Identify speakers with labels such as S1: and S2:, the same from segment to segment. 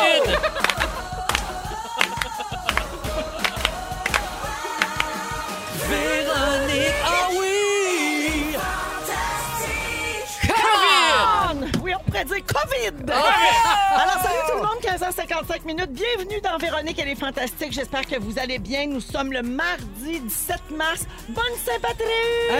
S1: Covid! Véronique, ah oui!
S2: Oui, on pourrait dire COVID! Alors, salut tout le monde, 15h55 minutes. Bienvenue dans Véronique, elle est fantastique. J'espère que vous allez bien. Nous sommes le mardi 17 mars. Bonne Saint-Patrick!
S1: Ouais,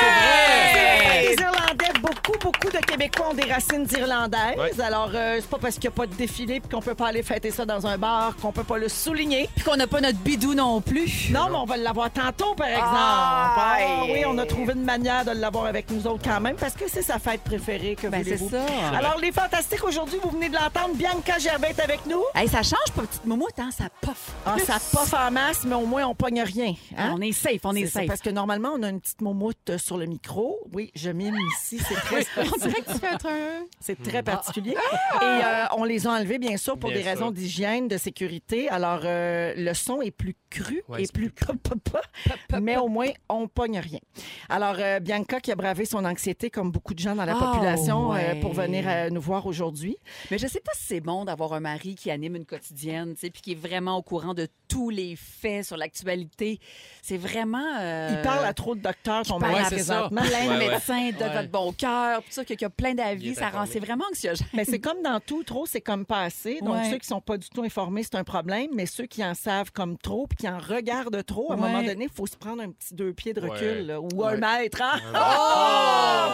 S1: c'est vrai!
S2: Les Irlandais, beaucoup, beaucoup de Québécois ont des racines irlandaises. Alors, euh, c'est pas parce qu'il n'y a pas de défilé puis qu'on peut pas aller fêter ça dans un bar qu'on peut pas le souligner.
S3: Puis qu'on n'a pas notre bidou non plus.
S2: Non, mais on va l'avoir tantôt, par exemple.
S3: Ah,
S2: Ah,
S3: hey.
S2: oui, on a trouvé une manière de l'avoir avec nous autres quand même, parce que c'est sa fête préférée que
S3: Ben,
S2: voulez-vous.
S3: c'est ça.
S2: Alors, les fantastiques, aujourd'hui, vous venez de l'entendre, Bianca Gervais est avec nous.
S3: Hey, ça change pas, petite moumoute, hein? Ça puff.
S2: Ah, ça poffe en masse, mais au moins, on pogne rien. hein?
S3: On est safe, on est,
S2: C'est ça,
S3: safe.
S2: parce que normalement, on a une petite moumoute euh, sur le micro. Oui, je mime ici, c'est très,
S3: On dirait que tu fais un truc. Ah!
S2: c'est très particulier. Et euh, on les a enlevés, bien sûr, pour
S1: Hmm. Ah. Bien
S2: des raisons
S1: sûr.
S2: d'hygiène, de sécurité. Alors, euh, le son est plus cru
S1: Ouais,
S2: et
S1: c'est
S2: plus pop, pop, pop. mais au moins, on pogne rien. Alors, euh, Bianca qui a bravé son anxiété, comme beaucoup de gens dans la
S3: Ah,
S2: population, euh,
S3: ouais.
S2: pour venir euh, nous voir aujourd'hui.
S3: Mais je sais pas si c'est bon d'avoir un mari qui anime une quotidienne, tu sais, puis qui est vraiment au courant de tous les faits sur l'actualité. C'est vraiment. euh,
S2: Il parle à trop de docteurs, son
S3: parle
S2: mari,
S3: à
S1: c'est ça.
S2: présentement.
S3: plein de
S1: Ouais, ouais.
S3: médecins de
S1: Ouais.
S3: votre bon cœur, tout ça, qu'il y a plein
S1: Il
S3: d'avis,
S1: est
S3: ça rend,
S1: informé.
S3: c'est vraiment anxiogène.
S2: Mais c'est comme dans tout, trop, c'est comme pas assez. Donc,
S3: Ouais.
S2: ceux qui sont pas du tout informés, c'est un problème. Mais ceux qui en savent comme trop puis qui en regardent trop, à un
S3: Ouais.
S2: moment donné, il faut se prendre un petit deux pieds de recul
S1: Ouais.
S2: là, ou un mètre. hein? Oh!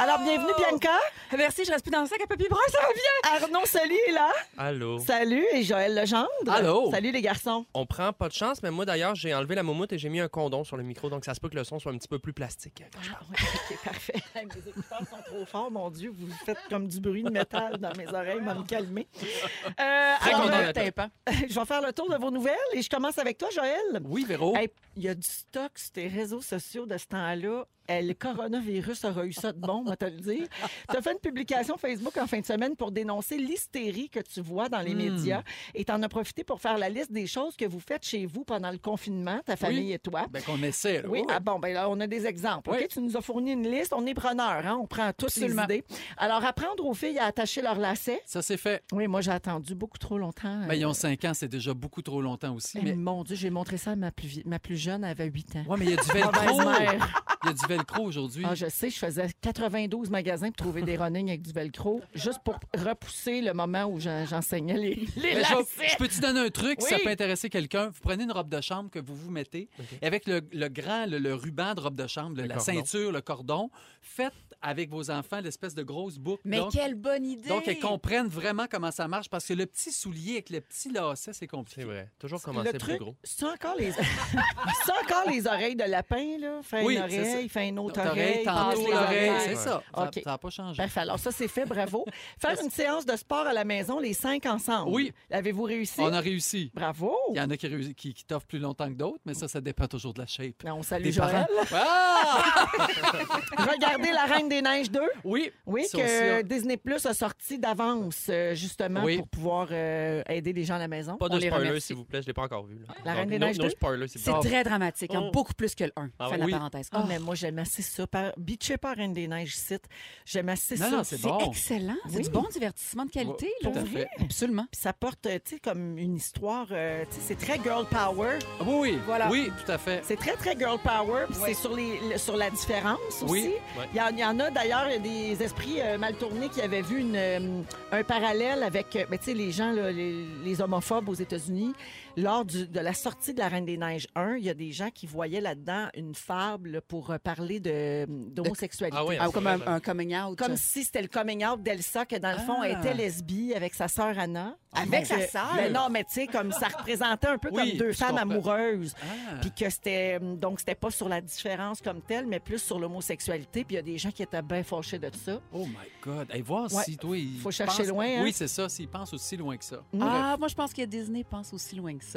S2: Alors, bienvenue, Bianca.
S3: Merci, je reste plus dans le sac à papier brun, ça va bien.
S2: Arnaud Soli est là.
S1: Allô?
S2: Salut. Et Joël Legendre.
S4: Allô.
S2: Salut, les garçons.
S4: On prend pas de chance, mais moi d'ailleurs, j'ai enlevé la moumoute et j'ai mis un condom sur le micro, donc ça se peut que le son soit un petit peu plus plastique. quand je parle.
S2: Ah OK, parfait. Mes écouteurs sont trop forts, mon Dieu. Vous faites comme du bruit de métal dans mes oreilles. Va me calmer. Euh,
S4: Très
S2: alors,
S4: content
S2: euh,
S4: d'être là.
S3: tympan.
S2: je vais faire le tour de vos nouvelles et je commence avec toi, Joël.
S4: Oui,
S1: Oh.
S4: Véro.
S2: Hey, Il y a du stock sur tes réseaux sociaux de ce temps-là. Eh, Le coronavirus aura eu ça de bon, on va te le dire. Tu as fait une publication Facebook en fin de semaine pour dénoncer l'hystérie que tu vois dans les
S1: Hmm.
S2: médias. Et tu en as profité pour faire la liste des choses que vous faites chez vous pendant le confinement, ta famille et toi.
S1: Ben qu'on essaie, là.
S2: Oui,
S1: Ouais, ouais.
S2: ah bon, ben là, on a des exemples.
S1: Oui.
S2: OK? Tu nous as fourni une liste, on est preneurs, hein? on prend toutes
S3: Absolument.
S2: les idées. Alors, apprendre aux filles à attacher leurs lacets.
S1: Ça, c'est fait.
S2: Oui, moi, j'ai attendu beaucoup trop longtemps. euh.
S1: Ben, ils ont 5 ans, c'est déjà beaucoup trop longtemps aussi.
S2: Eh,
S1: Mais...
S2: Mon Dieu, j'ai montré ça à ma plus, vie- ma plus jeune, elle avait 8 ans.
S1: Ouais, mais il y a du
S2: Mm. Mauvaise
S1: velcro.
S2: mère.
S1: Il y a du velcro aujourd'hui.
S2: Ah, je sais, je faisais 92 magasins pour trouver des runnings avec du velcro, juste pour repousser le moment où j'en- j'enseignais les, les
S1: Ben, je,
S2: lacets.
S1: je peux te donner un truc si ça
S2: Oui.
S1: peut intéresser quelqu'un? Vous prenez une robe de chambre que vous vous mettez et avec le, le grand, le, le ruban de robe de chambre, le-
S4: Le
S1: la
S4: cordon.
S1: ceinture, le cordon, faites avec vos enfants l'espèce de grosse boucle.
S3: Mais
S1: donc,
S3: quelle bonne idée.
S1: donc, elles comprennent vraiment comment ça marche parce que le petit soulier avec le petit lacet, c'est compliqué.
S4: C'est vrai. Toujours
S2: Le
S4: commencer plus
S2: truc,
S4: gros.
S2: c'est encore les, c'est encore les oreilles de lapin là. Fait
S1: Oui,
S2: une
S1: c'est ça.
S2: oreille, fait une autre
S1: T'aurais
S2: oreille.
S1: tantôt
S2: passe les
S1: l'oreille,
S2: oreilles.
S1: c'est ça. Ça-
S2: OK.
S1: Ça n'a pas changé.
S2: Parfait. Alors ça c'est fait, bravo. Faire une séance de sport à la maison, les cinq ensemble.
S1: Oui.
S2: L'avez-vous réussi
S1: On a réussi.
S2: Bravo.
S1: Il y en a qui, réussissent- qui, qui t'offrent plus longtemps que d'autres, mais ça, ça dépend toujours de la shape.
S2: Non, Ben, on salue
S1: Des
S2: Joël.
S1: parents. Ah!
S2: Regardez la Reine des Neiges 2.
S1: Oui,
S2: Oui,
S1: ça aussi,
S2: que
S1: hein.
S2: Disney Plus a sorti d'avance, euh, justement,
S1: Oui.
S2: pour pouvoir euh, aider les gens à la maison.
S4: Pas
S2: On
S4: de
S2: les
S4: spoilers,
S2: remercie.
S4: s'il vous plaît, je l'ai pas encore vu. là.
S2: La Reine des
S4: no-
S2: Neiges
S4: no
S2: deux?
S4: spoilers, c'est
S3: C'est
S4: bizarre.
S3: très dramatique. Il y en a
S4: Oh.
S3: beaucoup plus que le 1.
S4: Ah
S3: fin de
S4: oui.
S3: la parenthise.
S2: Ah,
S3: Oh,
S2: mais moi, j'aimais assez ça. Par... Bitchez pas Reine des Neiges, site. J'aimais assez
S1: Non,
S2: ça.
S1: non, c'est
S2: Puis
S3: C'est
S1: Bon.
S3: excellent. C'est
S2: Oui.
S3: du bon divertissement de qualité.
S1: Tout
S3: là.
S1: à fait.
S3: Absolument.
S2: Ça porte, euh, tu sais, comme une histoire. euh, tu sais, c'est très girl power.
S1: Ah Oui, oui,
S3: Voilà.
S1: oui, tout à fait.
S2: C'est très, très girl power. Puis
S3: Ouais.
S2: c'est sur, les, le- sur la différence
S1: Oui,
S2: aussi.
S4: ouais.
S2: Il y en- il y, en a d'ailleurs il y a des esprits euh, mal tournés qui avaient vu une, euh, un parallèle avec euh, ben, tu sais, les gens, là, les, les homophobes aux États-Unis. Lors du- de la sortie de La Reine des Neiges 1, il y a des gens qui voyaient là-dedans une fable pour euh, parler de- d'homosexualité.
S4: Ah oui,
S3: Ah, ou comme un, un coming out. euh,
S2: Comme si c'était le coming out d'Elsa, que dans le fond, elle
S1: Ah.
S2: était lesbienne avec sa sœur Anna.
S3: Avec Ben
S2: Donc,
S3: sa
S2: euh,
S3: sœur?
S2: Mais non, mais tu sais, comme ça représentait un peu
S1: Oui,
S2: comme deux
S1: je
S2: femmes
S1: comprends.
S2: amoureuses.
S1: Ah.
S2: Puis que c'était. hum, Donc, c'était pas sur la différence comme telle, mais plus sur l'homosexualité. Puis il y a des gens qui étaient bien fâchés de ça.
S1: Oh my God. Hey, voir
S2: Ouais.
S1: si toi, il
S2: Faut chercher
S1: pense-
S2: loin, hein?
S1: Oui, c'est ça, s'il pense aussi loin que ça.
S3: Ah, moi, je pense que Disney pense aussi loin que ça.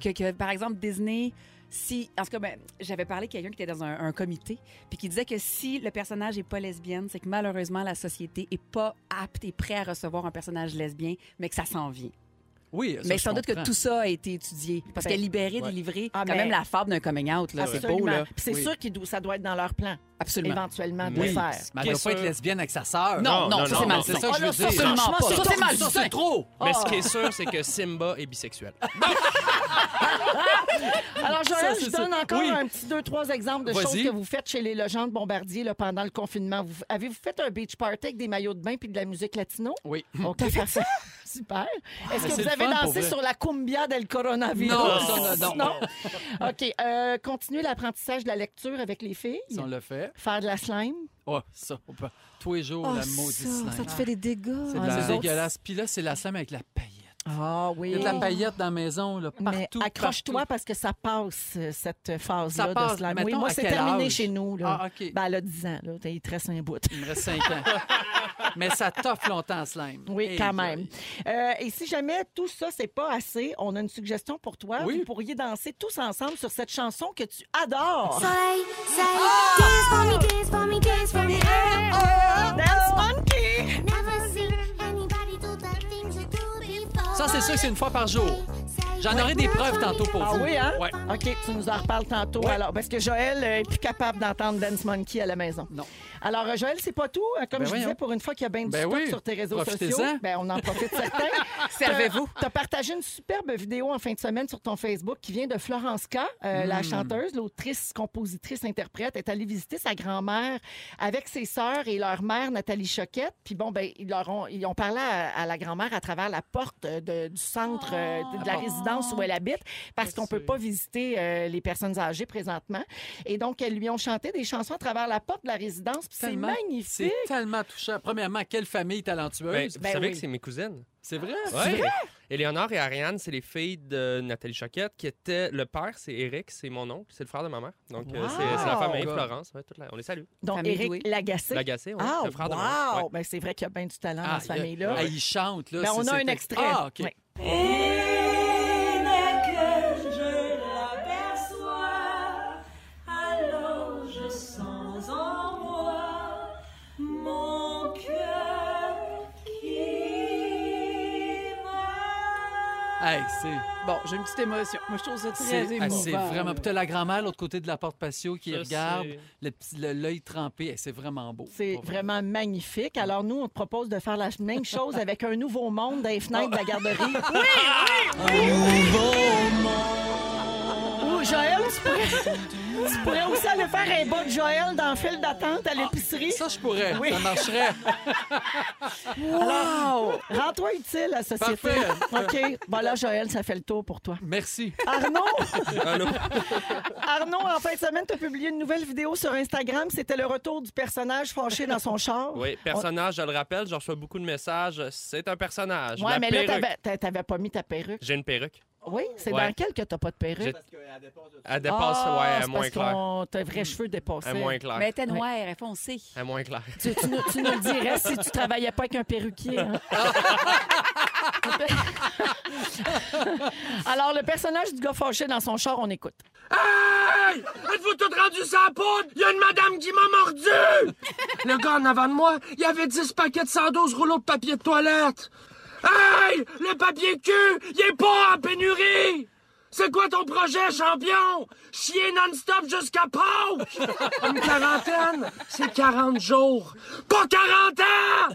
S3: Que, que, par exemple, Disney, si. En tout cas, ben, j'avais parlé à quelqu'un qui était dans un, un comité, puis qui disait que si le personnage n'est pas lesbienne, c'est que malheureusement, la société n'est pas apte et prête à recevoir un personnage lesbien, mais que ça s'en vient.
S1: Oui, ça,
S3: mais
S1: je
S3: sans doute que
S1: comprends.
S3: tout ça a été étudié. Parce
S2: Ben,
S3: que libérer,
S4: ouais.
S3: délivrer,
S2: Ah,
S3: c'est quand
S2: mais-
S3: même la fable d'un coming out. là. Ah, C'est
S2: Absolument.
S3: beau, là.
S2: Puis C'est
S1: Oui.
S2: sûr que ça doit être dans leur plan,
S3: Absolument.
S2: éventuellement, de
S4: Oui.
S2: le faire.
S1: Mais elle ne
S4: Qu'est-ce
S1: doit pas
S4: que-
S1: être lesbienne avec sa sœur.
S3: Non, non, ça, c'est
S4: non,
S1: C'est
S3: malsain.
S1: ça que je
S2: Ah,
S1: veux
S2: là, ça,
S1: dire.
S3: Absolument
S2: Franchement,
S3: pas.
S2: ça,
S3: Ça, c'est
S1: Ça,
S3: malsain.
S1: c'est trop.
S4: Mais ce qui est sûr, c'est que Simba est bisexuel.
S2: Alors, Joël,
S1: Ça, c'est
S2: je
S1: ça.
S2: donne encore
S1: Oui.
S2: un petit deux, trois exemples de
S1: Vas-y.
S2: choses que vous faites chez les logements de Bombardier là, pendant le confinement. Vous, avez-vous fait un beach party avec des maillots de bain puis de la musique latino?
S1: Oui.
S2: OK, parfait. Super. Est-ce
S1: Mais
S2: que
S1: c'est
S2: vous
S1: le
S2: avez
S1: fun, pour
S2: dansé
S1: vrai.
S2: sur la cumbia del coronavirus?
S1: Non, ça, non, non.
S2: OK. euh, continuer l'apprentissage de la lecture avec les filles.
S1: Si on le fait.
S2: Faire de la slime.
S1: Oh, ça, on peut- tous les jours, la maudite slime.
S3: des dégâts.
S1: C'est
S2: Ah, les
S1: de
S2: autres,
S1: la dégueulasse. Puis là, c'est la slime avec la paillette.
S2: Ah
S1: Il
S2: oui.
S1: y a de la paillette dans la maison, là, partout.
S2: Mais accroche-toi parce que ça passe, euh, cette
S1: Ça
S2: phase-là de
S1: passe,
S2: slime. Oui,
S1: mettons,
S2: moi,
S1: à
S2: c'est
S1: quel
S2: terminé
S1: âge?
S2: chez nous. Là.
S1: Ah, OK.
S2: Ben, elle a 10 ans. Là. Il te reste un bout.
S1: Il me reste 5 ans. Mais ça toffe longtemps, slime.
S2: Oui,
S1: Hey,
S2: quand
S1: aïe.
S2: même. Euh, et si jamais tout ça, c'est pas assez, on a une suggestion pour toi.
S1: Oui.
S2: Vous pourriez danser tous ensemble sur cette chanson que tu adores.
S5: Say, say,
S1: Ah.
S5: dance for me, dance for me, dance for me.
S2: Dance Monkey!
S5: Never seen anybody do the things you do before.
S1: Ça, c'est sûr que c'est une fois par jour. J'en aurai des preuves tantôt pour
S2: Ah
S1: vous.
S2: oui, hein?
S1: Ouais.
S2: OK, tu nous en reparles tantôt alors. Parce que Joël euh, est plus capable d'entendre Dance Monkey à la maison.
S1: Non.
S2: Alors, euh, Joël, c'est pas tout. Euh, Comme
S1: Ben
S2: je disais,
S1: voyons.
S2: pour une fois qu'il y a bien du
S1: Ben
S2: stock
S1: oui.
S2: sur tes réseaux
S1: Profitez-en.
S2: sociaux, ben, on en profite certains.
S3: Servez-vous.
S2: Tu as partagé une superbe vidéo en fin de semaine sur ton Facebook qui vient de Florence K, euh, la chanteuse, l'autrice, compositrice, interprète, est allée visiter sa grand-mère avec ses sœurs et leur mère, Nathalie Choquette. Puis bon, ben, ils, leur ont, ils ont parlé à, à la grand-mère à travers la porte euh, de- du centre euh, de, de la résidence où elle habite parce qu'on peut pas visiter euh, les personnes âgées présentement. Et donc, elles lui ont chanté des chansons à travers la porte de la résidence. Puis c'est
S1: Tellement-
S2: magnifique.
S1: C'est tellement touchant. Premièrement, quelle famille
S4: Ben,
S1: talentueuse.
S4: vous
S2: ben
S4: savez
S2: oui.
S4: que c'est mes cousines.
S1: C'est vrai?
S4: Ouais. Éléonore et Ariane, c'est les filles de Nathalie Choquette, qui était le père, c'est Eric, c'est mon oncle, c'est le frère de ma mère. Donc, euh, c'est c'est la
S2: Wow!
S4: famille Florence. Ouais, toute la- On les salue.
S2: Donc,
S3: Famille
S2: Éric
S3: douée.
S2: Lagacé.
S4: Lagacé, ouais,
S2: Ah,
S4: le frère de ma mère.
S2: wow!
S4: Ouais.
S2: Ben, c'est vrai qu'il y a bien du talent
S1: Ah,
S2: dans cette famille-là.
S1: il- ah, il chante, là.
S2: Ben,
S1: c'est-
S2: on a
S1: c'est-
S2: un extrait.
S1: Ah, OK.
S2: Oui.
S6: Et dès que je l'aperçois, alors je sens en moi mon cœur qui va.
S1: Hey, c'est-
S3: Bon, j'ai une petite émotion. Moi, je trouve ça très
S1: c'est ah,
S3: émouvant.
S1: c'est vraiment. Puis t'as la grand-mère, l'autre côté de la porte patio, qui
S4: Ça,
S1: regarde,
S4: c'est-
S1: le petit- le- l'œil trempé. Hey, c'est vraiment beau.
S2: C'est
S1: Pour vrai.
S2: vraiment magnifique. Alors, nous, on te propose de faire la même chose avec un nouveau monde des fenêtres de la garderie. Oui, oui, oui! Ou Joël, tu pourrais, tu pourrais aussi aller faire un bas de Joël dans le fil d'attente à l'épicerie.
S1: Ça, je pourrais.
S2: Oui.
S1: Ça marcherait. Ah,
S2: Alors, rends-toi utile à la société.
S1: Parfait.
S2: OK. Voilà, Joël, ça fait le tour pour toi.
S1: Merci.
S2: Arnaud!
S4: Allô?
S2: Arnaud, en fin de semaine, tu as publié une nouvelle vidéo sur Instagram. C'était le retour du personnage fâché dans son char.
S4: Oui, personnage, je le rappelle, je reçois beaucoup de messages. C'est un personnage.
S2: Ouais,
S4: la
S2: mais
S4: perruque.
S2: là, t'avais- t'a- t'avais pas mis ta perruque.
S4: J'ai une perruque.
S2: Oui, c'est
S4: Ouais.
S2: dans quel que t'as pas de perruque?
S4: J'ai- Elle dépasse,
S2: Ah,
S4: ouais,
S2: c'est
S4: à moins
S2: parce
S4: clair.
S2: qu'on- T'as vrai cheveux
S4: À
S2: dépassés.
S4: moins clair.
S3: Mais elle était noire, elle foncée.
S4: À moins clair.
S2: Tu, tu nous, tu nous le dirais si tu travaillais pas avec un perruquier. hein. Alors, le personnage du gars fâché dans son char, on écoute.
S7: Hey! Êtes-vous tout rendu sans poudre? Il y a une madame qui m'a mordu! Le gars en avant de moi, il y avait 10 paquets de 112 rouleaux de papier de toilette! Hey! Le papier cul, il est pas en pénurie! C'est quoi ton projet, champion? Chier non-stop jusqu'à Pâques! Une quarantaine, c'est 40 jours. Pas 40 ans!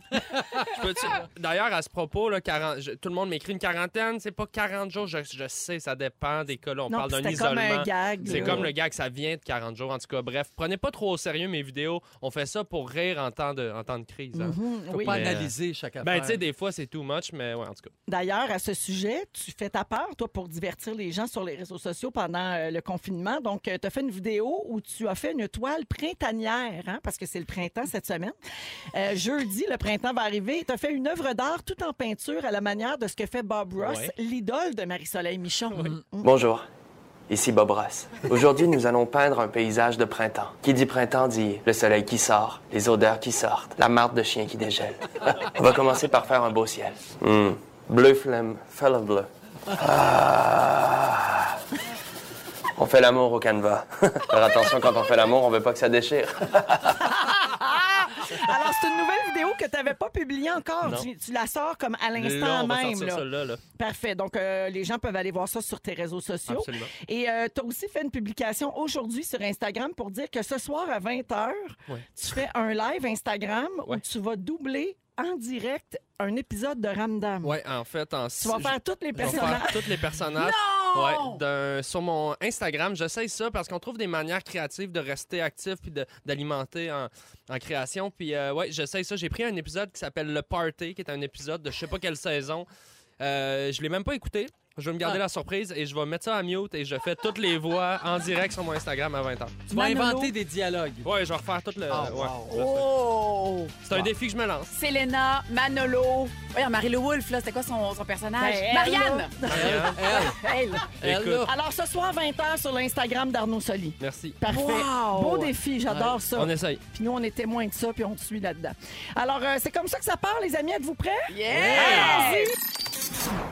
S4: Je peux-tu- D'ailleurs, à ce propos, là, 40 je- tout le monde m'écrit une quarantaine, c'est pas 40 jours. Je, je sais, ça dépend des cas. là, on
S2: Non,
S4: parle
S2: puis
S4: d'un
S2: c'était comme
S4: isolement.
S2: un gag,
S4: C'est
S2: là.
S4: comme le gars que ça vient de 40 jours. En tout cas, bref, prenez pas trop au sérieux mes vidéos. On fait ça pour rire en temps de, en temps de crise. hein.
S2: Mhm, oui.
S1: Pas
S4: Mais, euh,
S1: analyser chaque affaire.
S4: Ben, tu sais, des fois, c'est too much, mais ouais, en tout cas.
S2: D'ailleurs, à ce sujet, tu fais ta part, toi, pour divertir les gens sur les réseaux sociaux pendant euh, le confinement. Donc, tu as fait une vidéo où tu as fait une toile printanière, hein, parce que c'est le printemps cette semaine. Euh, jeudi, le printemps va arriver. Tu as fait une œuvre d'art tout en peinture à la manière de ce que fait Bob Ross,
S4: Ouais.
S2: l'idole de Marie-Soleil Michon.
S8: Bonjour, ici Bob Ross. Aujourd'hui, nous allons peindre un paysage de printemps. Qui dit printemps dit le soleil qui sort, les odeurs qui sortent, la marde de chien qui dégèle. On va commencer par faire un beau ciel. Hmm. Bleu flemme, fell of bleu. Ah. On fait l'amour au canevas. Faire attention quand on fait l'amour, on veut pas que ça déchire.
S2: Alors, c'est une nouvelle vidéo que tu n'avais pas publiée encore.
S4: Non.
S2: Tu, tu la sors comme à
S4: Là,
S2: l'instant
S4: on va
S2: même.
S4: sortir
S2: là.
S4: ça là, là.
S2: Parfait. Donc, euh, les gens peuvent aller voir ça sur tes réseaux sociaux.
S4: Absolument.
S2: Et tu as aussi fait une publication aujourd'hui sur Instagram pour dire que ce soir à 20h,
S4: Ouais.
S2: tu fais un live Instagram
S4: Ouais.
S2: où tu vas doubler en direct un épisode de Ramdam.
S4: Ouais, en fait, en
S2: Tu vas faire tous les
S4: Je vais faire
S2: personnages.
S4: tous les personnages. Ouais, d'un- sur mon Instagram, j'essaye ça parce qu'on trouve des manières créatives de rester actif puis de- d'alimenter en, en création. Puis euh, ouais, j'essaye ça. J'ai pris un épisode qui s'appelle Le Party, qui est un épisode de je sais pas quelle saison. Euh, je l'ai même pas écouté. Je vais me garder
S1: Ah.
S4: la surprise et je vais mettre ça à mute et je fais toutes les voix en direct sur mon Instagram à 20h.
S1: Tu vas
S2: Manolo.
S1: inventer des dialogues.
S4: Ouais, je vais refaire tout le.
S1: Ah,
S4: ouais,
S1: wow.
S4: je vais- C'est un défi que je me lance.
S3: Oh! Selena, Manolo. Voyons, Marie-Lou Wolfe, là, c'était quoi son, son personnage?
S2: Ben, elle,
S3: Marianne!
S4: Marianne,
S1: Elle,
S2: Elle.
S1: elle,
S4: Écoute.
S1: là.
S2: Alors, ce soir, 20h sur l'Instagram d'Arnaud Soli.
S4: Merci.
S2: Parfait. Beau défi, j'adore ça.
S4: On essaye.
S2: Puis nous, on est témoins de ça, puis on te suit là-dedans. Alors, euh, c'est comme ça que ça part, les amis. Êtes-vous prêts?
S3: Yeah!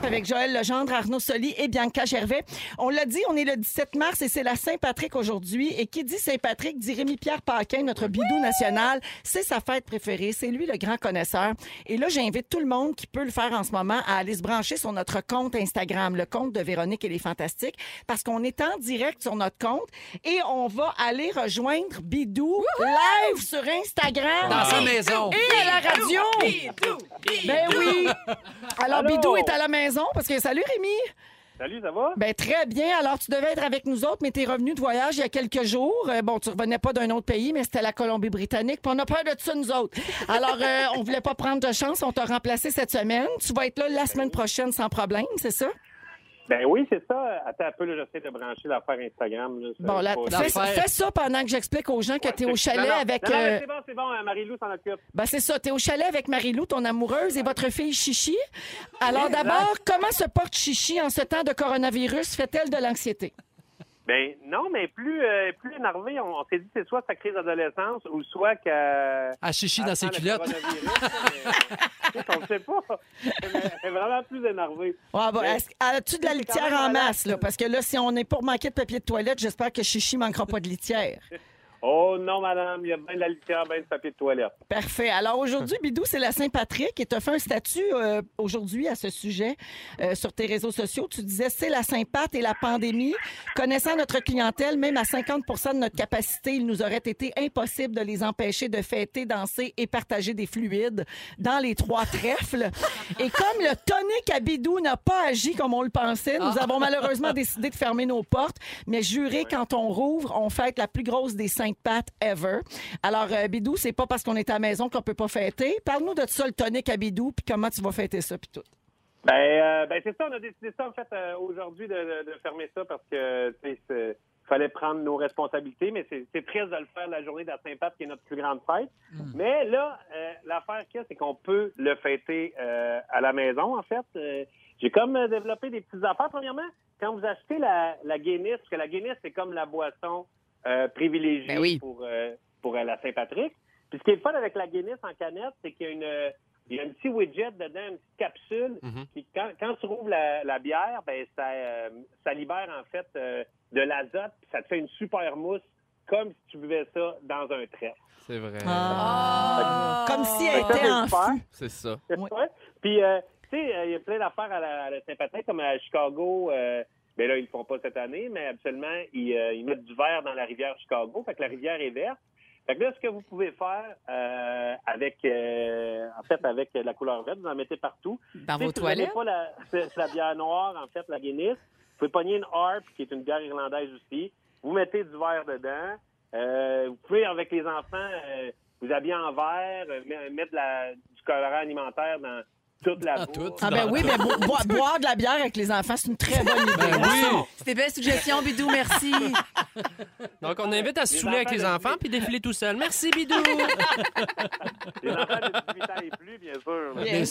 S2: Avec Joël Legendre, Arnaud Soli et Bianca Gervais. On l'a dit, on est le 17 mars et c'est la Saint-Patrick aujourd'hui. Et qui dit Saint-Patrick dit Rémi-Pierre Paquin, notre bidou national. C'est sa fête préférée. C'est lui le grand connaisseur. Et là, j'invite tout le monde qui peut le faire en ce moment à aller se brancher sur notre compte Instagram, le compte de Véronique et les Fantastiques, parce qu'on est en direct sur notre compte et on va aller rejoindre Bidou live sur Instagram.
S1: Dans sa maison.
S2: Et à la radio! Ben oui! Alors,
S9: Allô?
S2: Bidou est à la maison parce que. Salut Rémi!
S9: Salut, ça va?
S2: Ben très bien. Alors, tu devais être avec nous autres, mais t'es revenu de voyage il y a quelques jours. Euh, bon, tu revenais pas d'un autre pays, mais c'était la Colombie-Britannique. Puis on a peur de ça, nous autres. Alors, euh, on voulait pas prendre de chance. On t'a remplacé cette semaine. Tu vas être là la semaine prochaine sans problème, c'est ça?
S9: Ben oui, c'est ça. Attends un peu, là, j'essaie de brancher l'affaire Instagram. Là, Ça,
S2: Bon, là,
S9: c'est Euh, pas-
S2: fais,
S1: L'affaire.
S2: fais ça pendant que j'explique aux gens que t'es au chalet
S9: Non, non,
S2: avec...
S9: non, non,
S2: euh,
S9: c'est bon, c'est bon. hein, Marie-Lou s'en occupe.
S2: Ben c'est ça, t'es au chalet avec Marie-Lou, ton amoureuse, et votre fille Chichi. Alors d'abord, comment se porte Chichi en ce temps de coronavirus? Fait-elle de l'anxiété?
S9: Ben non, mais plus, euh, plus énervé, on, on s'est dit c'est soit sa crise d'adolescence ou soit qu'elle...
S1: À chichi dans ses
S9: attend le
S1: culottes.
S9: coronavirus, mais- on ne sait pas. Elle est vraiment plus énervée.
S2: Ah, bah,
S9: Mais-
S2: est-ce- as-tu de la
S9: C'est quand
S2: litière
S9: même
S2: en
S9: malade.
S2: masse, là? Parce que là, si on est pour manquer de papier de toilette, j'espère que Chichi manquera pas de litière.
S9: Oh non, madame, il y a bien de la litière, bien du papier de toilette.
S2: Parfait. Alors aujourd'hui, Bidou, c'est la Saint-Patrick et tu as fait un statut euh, aujourd'hui à ce sujet euh, sur tes réseaux sociaux. Tu disais c'est la Saint-Pat et la pandémie. Connaissant notre clientèle, même à 50 de notre capacité, il nous aurait été impossible de les empêcher de fêter, danser et partager des fluides dans les trois trèfles. Et comme le tonique à Bidou n'a pas agi comme on le pensait, nous avons malheureusement décidé de fermer nos portes, mais juré quand on rouvre, on fête la plus grosse des cinq pattes ever. Alors euh, Bidou, c'est pas parce qu'on est à la maison qu'on peut pas fêter. Parle-nous de ça le tonique à Bidou, puis comment tu vas fêter ça puis tout.
S9: Ben, euh, ben c'est ça, on a décidé ça en fait euh, aujourd'hui de, de- de fermer ça parce que tu sais, c'est- fallait prendre nos responsabilités, mais c'est c'est triste de le faire la journée de la Saint-Pape qui est notre plus grande fête.
S3: Mm.
S9: Mais là, euh, l'affaire qu'il y a, c'est qu'on peut le fêter euh, à la maison en fait. Euh, J'ai comme euh, développé des petites affaires. Premièrement, quand vous achetez la, la Guinness, parce que la Guinness c'est comme la boisson euh, privilégiée
S3: Ben oui.
S9: pour euh, pour euh, la Saint-Patrick. Puis ce qui est le fun avec la Guinness en canette, c'est qu'il y a une il y a un petit widget dedans, une petite capsule puis quand, quand tu rouvres la, la bière, ben ça, euh, ça libère en fait euh, de l'azote, puis ça te fait une super mousse, comme si tu buvais ça dans un trait.
S4: C'est vrai.
S3: Ah.
S2: Comme si elle
S9: Fait que ça,
S2: était
S9: c'est
S2: en
S9: super.
S2: fou.
S4: C'est ça.
S2: Oui.
S9: Ouais. Puis, euh, tu sais, euh, il y a plein d'affaires à la, à la Saint-Patrick, comme à Chicago. Euh, ben là, ils le font pas cette année, mais absolument, ils, euh, ils mettent du verre dans la rivière Chicago. Fait que la rivière est verte. Fait que là, ce que vous pouvez faire euh, avec, euh, en fait, avec la couleur verte, vous en mettez partout.
S3: Dans
S9: Tu sais,
S3: vos
S9: si vous aimez
S3: toilettes?
S9: pas la, c'est la bière noire, en fait, la Guinness, vous pouvez pogner une harp, qui est une bière irlandaise aussi. Vous mettez du verre dedans. Euh, vous pouvez, avec les enfants, euh, vous habiller en verre, euh, met- mettre de la- du colorant alimentaire dans toute la
S1: Dans
S9: bouffe.
S1: tout.
S2: Ah ben oui, mais bo- bo- boire de la bière avec les enfants, c'est une très bonne idée.
S1: Ben oui.
S3: C'était belle suggestion, Bidou, merci.
S4: Donc, on invite à se
S9: Les
S4: saouler avec
S9: enfants
S4: les
S9: de-
S4: enfants puis défiler tout seul. Merci, Bidou!
S9: Les enfants de 18 ans et plus, bien sûr. là.
S1: Bien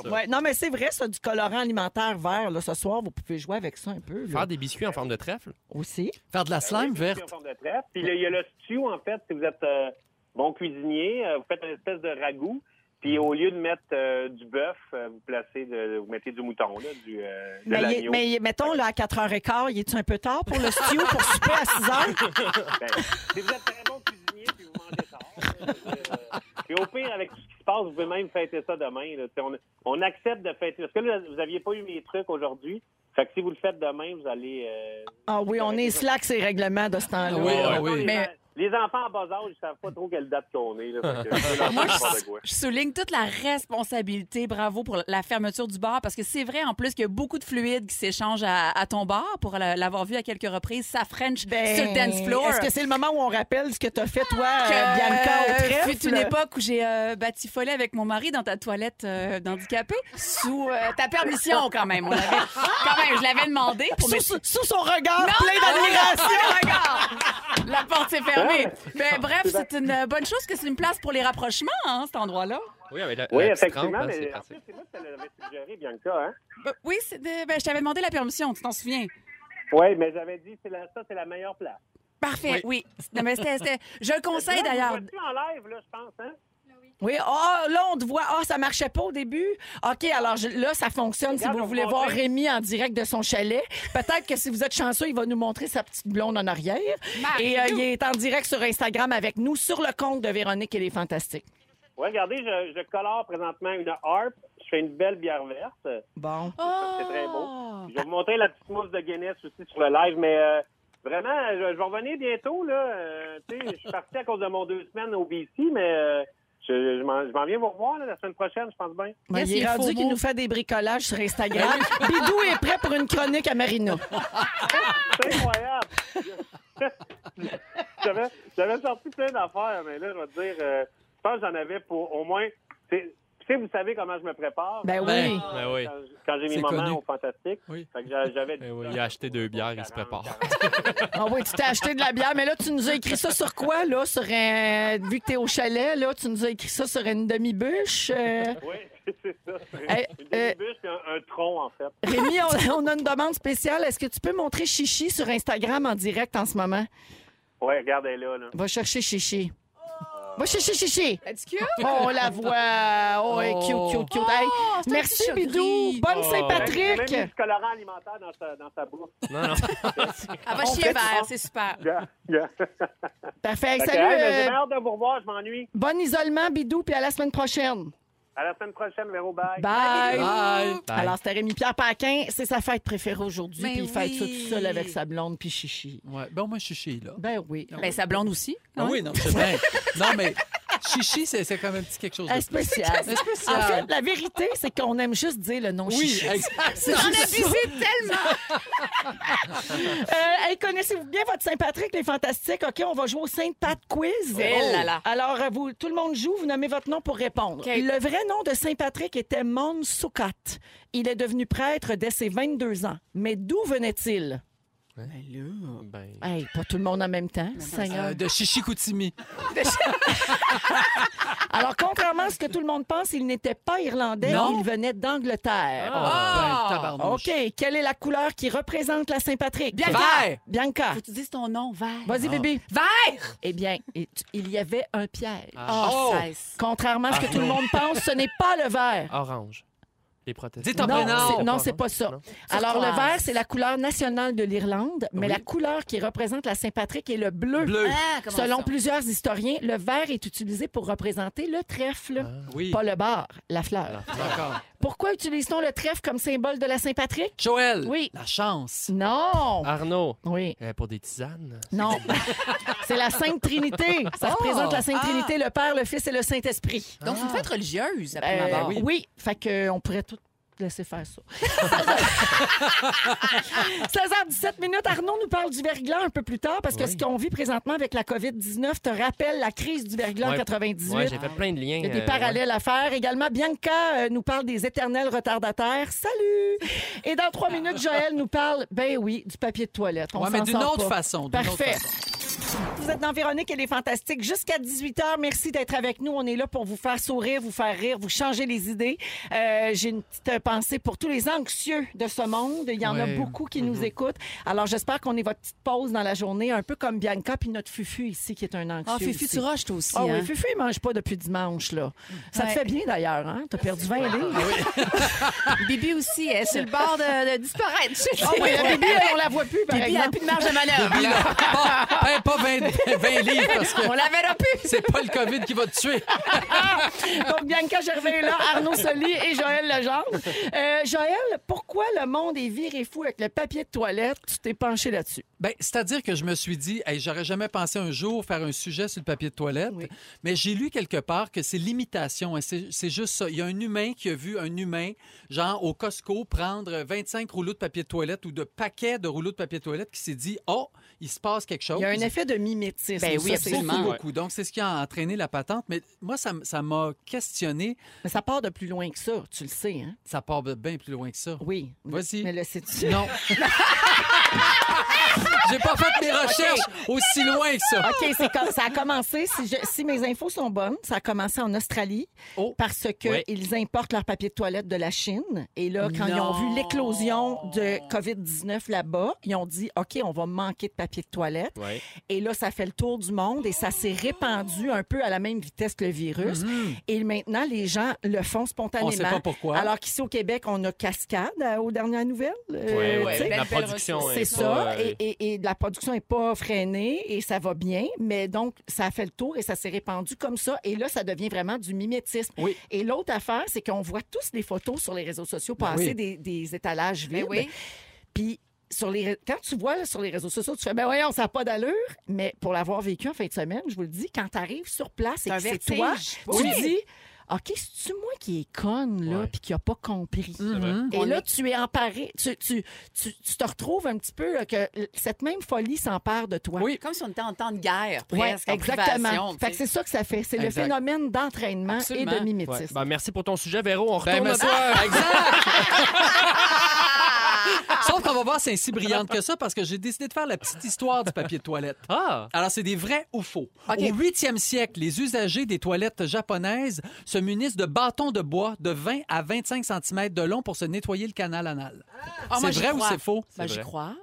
S1: sûr.
S2: Ouais. Non, mais c'est vrai, ça, du colorant alimentaire vert. Là, ce soir, vous pouvez jouer avec ça un peu. là.
S4: Faire des biscuits en forme de trèfle.
S2: Aussi.
S1: Faire de la slime
S9: Oui, c'est
S1: verte.
S9: en forme de trèfle. Puis là, il y a le stew, en fait, si vous êtes euh, bon cuisinier, euh, vous faites une espèce de ragoût. Puis au lieu de mettre euh, du bœuf, euh, vous placez de, vous mettez du mouton, là, du, euh, de
S2: Mais, il est-
S9: l'agneau.
S2: mais il est- mettons, là, à 4h15, il est un peu tard pour le stew, pour souper à 6h?
S9: Ben, si vous êtes très bon cuisinier puis vous mangez tard, euh, puis au avec tout ce qui se passe, vous pouvez même fêter ça demain. là. Tu sais, On, on accepte de fêter. Parce que là, vous n'aviez pas eu mes trucs aujourd'hui. Fait que si vous le faites demain, vous allez. euh,
S2: Ah oui, on est slack ces règlements de ce temps-là.
S1: Oui, ah
S9: les-
S1: oui.
S3: Mais-
S9: ben, Les enfants en bas âge, ils savent pas trop quelle date qu'on est. Là, Fait que je peux leur
S3: Moi,
S9: dire n'importe quoi.
S3: je, je souligne toute la responsabilité. Bravo pour la fermeture du bar, parce que c'est vrai, en plus, qu'il y a beaucoup de fluide qui s'échange à, à ton bar, pour la- l'avoir vu à quelques reprises. Ça French
S2: Ben,
S3: sur le dance floor.
S2: Est-ce que c'est le moment où on rappelle ce que t'as fait, toi, euh,
S3: Euh,
S2: Bianca, au
S3: euh,
S2: trèfle?
S3: fut une époque où j'ai euh, batifolé avec mon mari dans ta toilette euh, d'handicapé, sous euh, ta permission, quand même. On avait- quand même, je l'avais demandé. Pour
S2: Sous,
S3: mes-
S2: sous- sous son regard
S3: Non,
S2: plein
S3: non,
S2: d'admiration.
S3: non, regarde, La porte s'est fermée. Mais bref, Ah c'est une euh, bonne chose que c'est une place pour les rapprochements, hein, cet endroit-là.
S4: Oui, avec la,
S9: Oui,
S4: la petite rampe,
S9: effectivement,
S4: hein, c'est
S9: mais en
S4: pratique.
S9: plus, c'est moi qui te l'avais suggéré, Bianca, hein?
S3: Euh, oui, c'est de- ben, je t'avais demandé la permission, tu t'en souviens?
S9: Oui, mais j'avais dit, c'est la, ça, c'est la meilleure place.
S3: Parfait, oui. Non, mais c'était- c'était- je le conseille
S9: Là,
S3: d'ailleurs. oh,
S9: vous vois-tu en live, là, je pense, hein?
S2: Oui, ah, là, on te voit. Ah, ça marchait pas au début. OK, alors je- là, ça fonctionne si
S9: Regarde,
S2: vous
S9: on
S2: voulez
S9: monte.
S2: voir Rémi en direct de son chalet. Peut-être que si vous êtes chanceux, il va nous montrer sa petite blonde en arrière. Et euh, il est en direct sur Instagram avec nous, sur le compte de Véronique et les Fantastiques.
S9: Oui, regardez, je, je colore présentement une harpe. Je fais une belle bière verte.
S2: Bon.
S9: C'est très
S3: Oh!
S2: Ah.
S9: beau. Je vais vous montrer la petite mousse de Guinness aussi sur le live, mais euh, vraiment, je, je vais revenir bientôt. Là. Euh, tu sais, je suis parti à cause de mon deux semaines au BC, mais euh, je, je m'en je m'en viens vous revoir là, la semaine prochaine, je pense bien.
S2: Ben,
S3: Yes,
S2: il
S3: il
S2: est
S3: faut
S2: rendu qu'il
S3: beau.
S2: nous fait des bricolages sur Instagram. Bidou est prêt pour une chronique à Marina.
S9: C'est incroyable! J'avais- J'avais sorti plein d'affaires, mais là, je vais te dire, euh, je pense que j'en avais pour au moins. c'est- Tu sais, vous savez comment je me prépare.
S2: Ben oui.
S1: Ben,
S4: Ben oui.
S9: Quand- Quand j'ai
S1: C'est
S9: mes moments
S1: connu.
S9: au Fantastique.
S1: Oui.
S9: Fait que j'a- j'avais.
S4: Ben oui, il a acheté deux bières, il se prépare.
S2: Ah oui, tu t'es acheté de la bière, mais là, tu nous as écrit ça sur quoi, là? Sur un... Vu que t'es au chalet, là, tu nous as écrit ça sur une demi-bûche. euh,
S9: Oui, c'est ça.
S2: Hey,
S9: Une
S2: euh,
S9: demi-bûche puis un, un tronc, en fait.
S2: Rémi, on, on a une demande spéciale. Est-ce que tu peux montrer Chichi sur Instagram en direct en ce moment?
S9: Oui, regarde, elle est là. là.
S2: Va chercher Chichi. Va chercher Chichi.
S3: Est-ce que-
S2: Oh, on la voit. Oh, elle est
S1: Oh.
S2: cute, cute, cute. Hey,
S3: Oh, c'est un
S2: merci,
S3: petit chat
S2: Bidou.
S3: gris.
S2: Bonne
S9: Oh, J'ai
S2: Saint-Patrick.
S9: même mis du colorant alimentaire dans sa, dans sa bouffe.
S4: Non, non.
S3: Elle va chier vert, c'est super.
S9: Yeah, yeah.
S2: Parfait.
S9: Fait que,
S2: Salut.
S9: hey, ben, j'ai
S2: euh,
S9: bien hâte de vous revoir, je m'ennuie.
S2: bon isolement, Bidou, puis à la semaine prochaine.
S9: À la semaine prochaine, Véro, bye.
S2: Bye.
S1: Bye.
S2: Alors, c'était Rémi-Pierre Paquin. C'est sa fête préférée aujourd'hui.
S3: Mais
S2: Puis il fête ça
S3: Ben oui.
S2: tout seul avec sa blonde puis Chichi.
S1: Ouais. Bon, moi, je suis chier, là.
S2: Ben oui.
S3: Ben, sa blonde aussi.
S1: Ah oui, non, c'est bien. non, mais chichi, c'est c'est quand même un petit quelque chose
S2: Un
S1: de plus.
S2: spécial.
S1: Un spécial.
S2: En fait, la vérité, c'est qu'on aime juste dire le nom
S1: Oui,
S2: Chichi.
S3: Ah,
S1: exact.
S2: C'est
S3: On
S2: juste ça.
S3: abusé tellement.
S2: Euh, hey, connaissez-vous bien votre Saint-Patrick, les fantastiques? OK, on va jouer au Saint-Pat Quiz.
S3: Eh là là.
S2: Alors, euh, vous, tout le monde joue, vous nommez votre nom pour répondre.
S3: OK.
S2: Le vrai nom de Saint-Patrick était Monsukat. Il est devenu prêtre dès ses 22 ans. Mais d'où venait-il?
S4: Ben,
S2: Hey, pas tout le monde en même temps, Seigneur.
S1: Euh, de chichi Koutimi.
S2: Alors, contrairement à ce que tout le monde pense, il n'était pas irlandais,
S1: Non.
S2: il venait d'Angleterre.
S3: Ah.
S1: Oh, ben, tabarnouche.
S2: OK, quelle est la couleur qui représente la Saint-Patrick?
S3: Bianca.
S1: Vert.
S2: Bianca.
S3: Ah, Faut que tu dises ton nom, vert.
S2: Vas-y, bébé.
S3: Vert!
S2: Eh bien, et- il y avait un piège.
S4: Ah.
S3: Oh,
S1: Oh.
S3: cesse.
S2: Contrairement à ce que tout le monde pense, ce n'est pas le vert.
S4: orange. Les protestants.
S1: Dites en
S2: Non,
S1: prénom.
S2: c'est- non, c'est pas ça.
S4: ben Non.
S2: Alors, le
S3: Turquoise.
S2: vert, c'est la couleur nationale de l'Irlande, mais
S4: Oui.
S2: la couleur qui représente la Saint-Patrick est le bleu.
S1: Bleu. Hein?
S3: Ah, comment
S2: Selon
S3: ça?
S2: plusieurs historiens, le vert est utilisé pour représenter le trèfle,
S1: Oui.
S2: pas le bar, la fleur.
S1: Ah. D'accord.
S2: Pourquoi utilise-t-on le trèfle comme symbole de la Saint-Patrick?
S1: Joël.
S2: Oui.
S1: La chance.
S2: Non!
S4: Ah. Arnaud,
S2: Oui.
S4: euh, pour des tisanes.
S2: Non. c'est la Sainte Trinité. Ça représente la Sainte
S3: ah.
S2: Trinité, le Père, le Fils et le Saint-Esprit.
S3: Donc, c'est une fête religieuse, après
S2: Euh,
S3: ma barre.
S2: oui. Fait que on pourrait tout laisser faire ça. 16h17 minutes. Arnaud nous parle du verglas un peu plus tard parce que
S4: Oui.
S2: ce qu'on vit présentement avec la COVID-19 te rappelle la crise du verglas en
S4: Ouais.
S2: 98.
S4: Ouais, j'ai fait plein de liens.
S2: Il y a des
S4: euh,
S2: parallèles à faire. Également, Bianca euh, nous parle des éternels retardataires. Salut! Et dans trois minutes, Joël nous parle, ben oui, du papier de toilette. On
S1: Ouais, mais
S2: s'en
S1: d'une
S2: sort
S1: autre
S2: pas.
S1: façon. d'une autre
S2: Parfait.
S1: façon.
S2: Vous êtes dans Véronique, elle est fantastique. Jusqu'à 18h, merci d'être avec nous. On est là pour vous faire sourire, vous faire rire, vous changer les idées. Euh, J'ai une petite euh, pensée pour tous les anxieux de ce monde. Il y en a
S1: Ouais.
S2: beaucoup qui
S3: Mm-hmm.
S2: nous écoutent. Alors, j'espère qu'on est votre petite pause dans la journée, un peu comme Bianca puis notre Fufu ici, qui est un anxieux.
S3: Ah, Fufu,
S2: aussi.
S3: tu rushes, toi aussi.
S2: Ah
S3: hein?
S2: oui, Fufu, il mange pas depuis dimanche, là. Ça
S3: Ouais. Ah
S2: te fait bien, d'ailleurs, hein? T'as perdu 20 livres.
S3: Bibi aussi, elle est sur le bord de, de disparaître.
S2: Ah oui, la Bibi, elle, on la voit plus, par
S3: Oh, Bibi, elle a
S2: exemple.
S3: plus de marge de manœuvre.
S1: Puis là, pas, ben, pas 20, 20 livres parce que
S3: On la verra plus.
S1: c'est pas le COVID qui va te tuer.
S2: Donc, Bianca Gervais est là, Arnaud Soli et Joël Legendre. Euh, Joël, pourquoi le monde est viré fou avec le papier de toilette? Tu t'es penché là-dessus.
S1: Ben, c'est-à-dire que je me suis dit, hey, j'aurais jamais pensé un jour faire un sujet sur le papier de toilette,
S2: Oui.
S1: mais j'ai lu quelque part que c'est l'imitation. hein, C'est c'est juste ça. Il y a un humain qui a vu un humain, genre au Costco, prendre 25 rouleaux de papier de toilette ou de paquets de rouleaux de papier de toilette qui s'est dit, oh, il se passe quelque chose.
S2: Il y a un effet de mimétisme.
S3: Ben oui,
S2: Ça, c'est-
S1: Beaucoup,
S3: Absolument.
S1: beaucoup. Donc, c'est ce qui a entraîné la patente. Mais moi, ça m- ça m'a questionné.
S2: Mais ça part de plus loin que ça, tu le sais, hein?
S1: Ça part de bien plus loin que ça.
S2: Oui.
S1: Vas-y.
S2: Mais le sais-tu?
S1: Non. J'ai pas fait mes recherches aussi loin que ça.
S2: OK, c'est comme- ça a commencé, si, je- si mes infos sont bonnes, ça a commencé en Australie
S1: Oh.
S2: parce que
S1: Oui.
S2: ils importent leur papier de toilette de la Chine. Et là, quand ils ont vu l'éclosion de COVID-19 là-bas, ils ont dit, OK, on va manquer de papier de toilette.
S4: Ouais.
S2: Et là, ça fait le tour du monde et ça s'est répandu un peu à la même vitesse que le virus.
S1: Mhm.
S2: Et maintenant, les gens le font spontanément.
S1: Mm-hmm. On sait pas pourquoi.
S2: Alors qu'ici au Québec, on a cascade euh, aux dernières nouvelles. euh,
S4: Ouais,
S2: tu sais.
S3: belle,
S4: La
S3: belle
S4: production,
S3: ressource.
S4: est
S2: C'est
S4: pas,
S2: ça.
S4: euh,
S2: Et, et- et la production n'est pas freinée et ça va bien. Mais donc, ça a fait le tour et ça s'est répandu comme ça. Et là, ça devient vraiment du mimétisme.
S1: Oui.
S2: Et l'autre affaire, c'est qu'on voit tous des photos sur les réseaux sociaux passer
S1: oui.
S2: des, des étalages
S3: Ben
S2: vides.
S3: oui.
S2: Puis sur les ré- quand tu vois là, sur les réseaux sociaux, tu fais ben voyons, ça n'a pas d'allure, mais pour l'avoir vécu en fin de semaine, je vous le dis, quand tu arrives sur place et
S3: C'est un
S2: que c'est
S3: vertige.
S2: toi,
S3: Oui.
S2: tu dis OK, c'est-tu moi qui est conne, là,
S4: Ouais.
S2: puis qui a pas compris?
S4: vrai.
S1: Mhm.
S2: Et
S3: On
S2: là,
S3: est-
S2: tu es emparé, tu, tu, tu, tu te retrouves un petit peu là, que l- cette même folie s'empare de toi.
S1: Oui.
S3: Comme si on était en temps de guerre,
S2: Ouais,
S3: presque. en privation,
S2: exactement.
S3: tu
S2: Fait
S3: sais.
S2: que c'est ça que ça fait. C'est le
S1: Exact.
S2: phénomène d'entraînement et
S1: Absolument.
S2: de
S4: ouais.
S2: mimétisme.
S4: Ben, merci pour ton sujet, Véro. On retourne
S1: Ben,
S4: à
S1: merci.
S4: toi.
S1: Sauf qu'on va voir, c'est si brillante que ça parce que j'ai décidé de faire la petite histoire du papier de toilette.
S4: Ah!
S1: Alors, c'est des vrais ou faux.
S3: OK.
S1: Au 8e siècle, les usagers des toilettes japonaises se munissent de bâtons de bois de 20 à 25 cm de long pour se nettoyer le canal anal.
S3: Ah, moi,
S1: c'est
S3: j'y
S1: vrai ou
S3: crois.
S1: c'est faux?
S3: Ben,
S4: C'est
S3: j'y
S4: vrai.
S3: crois.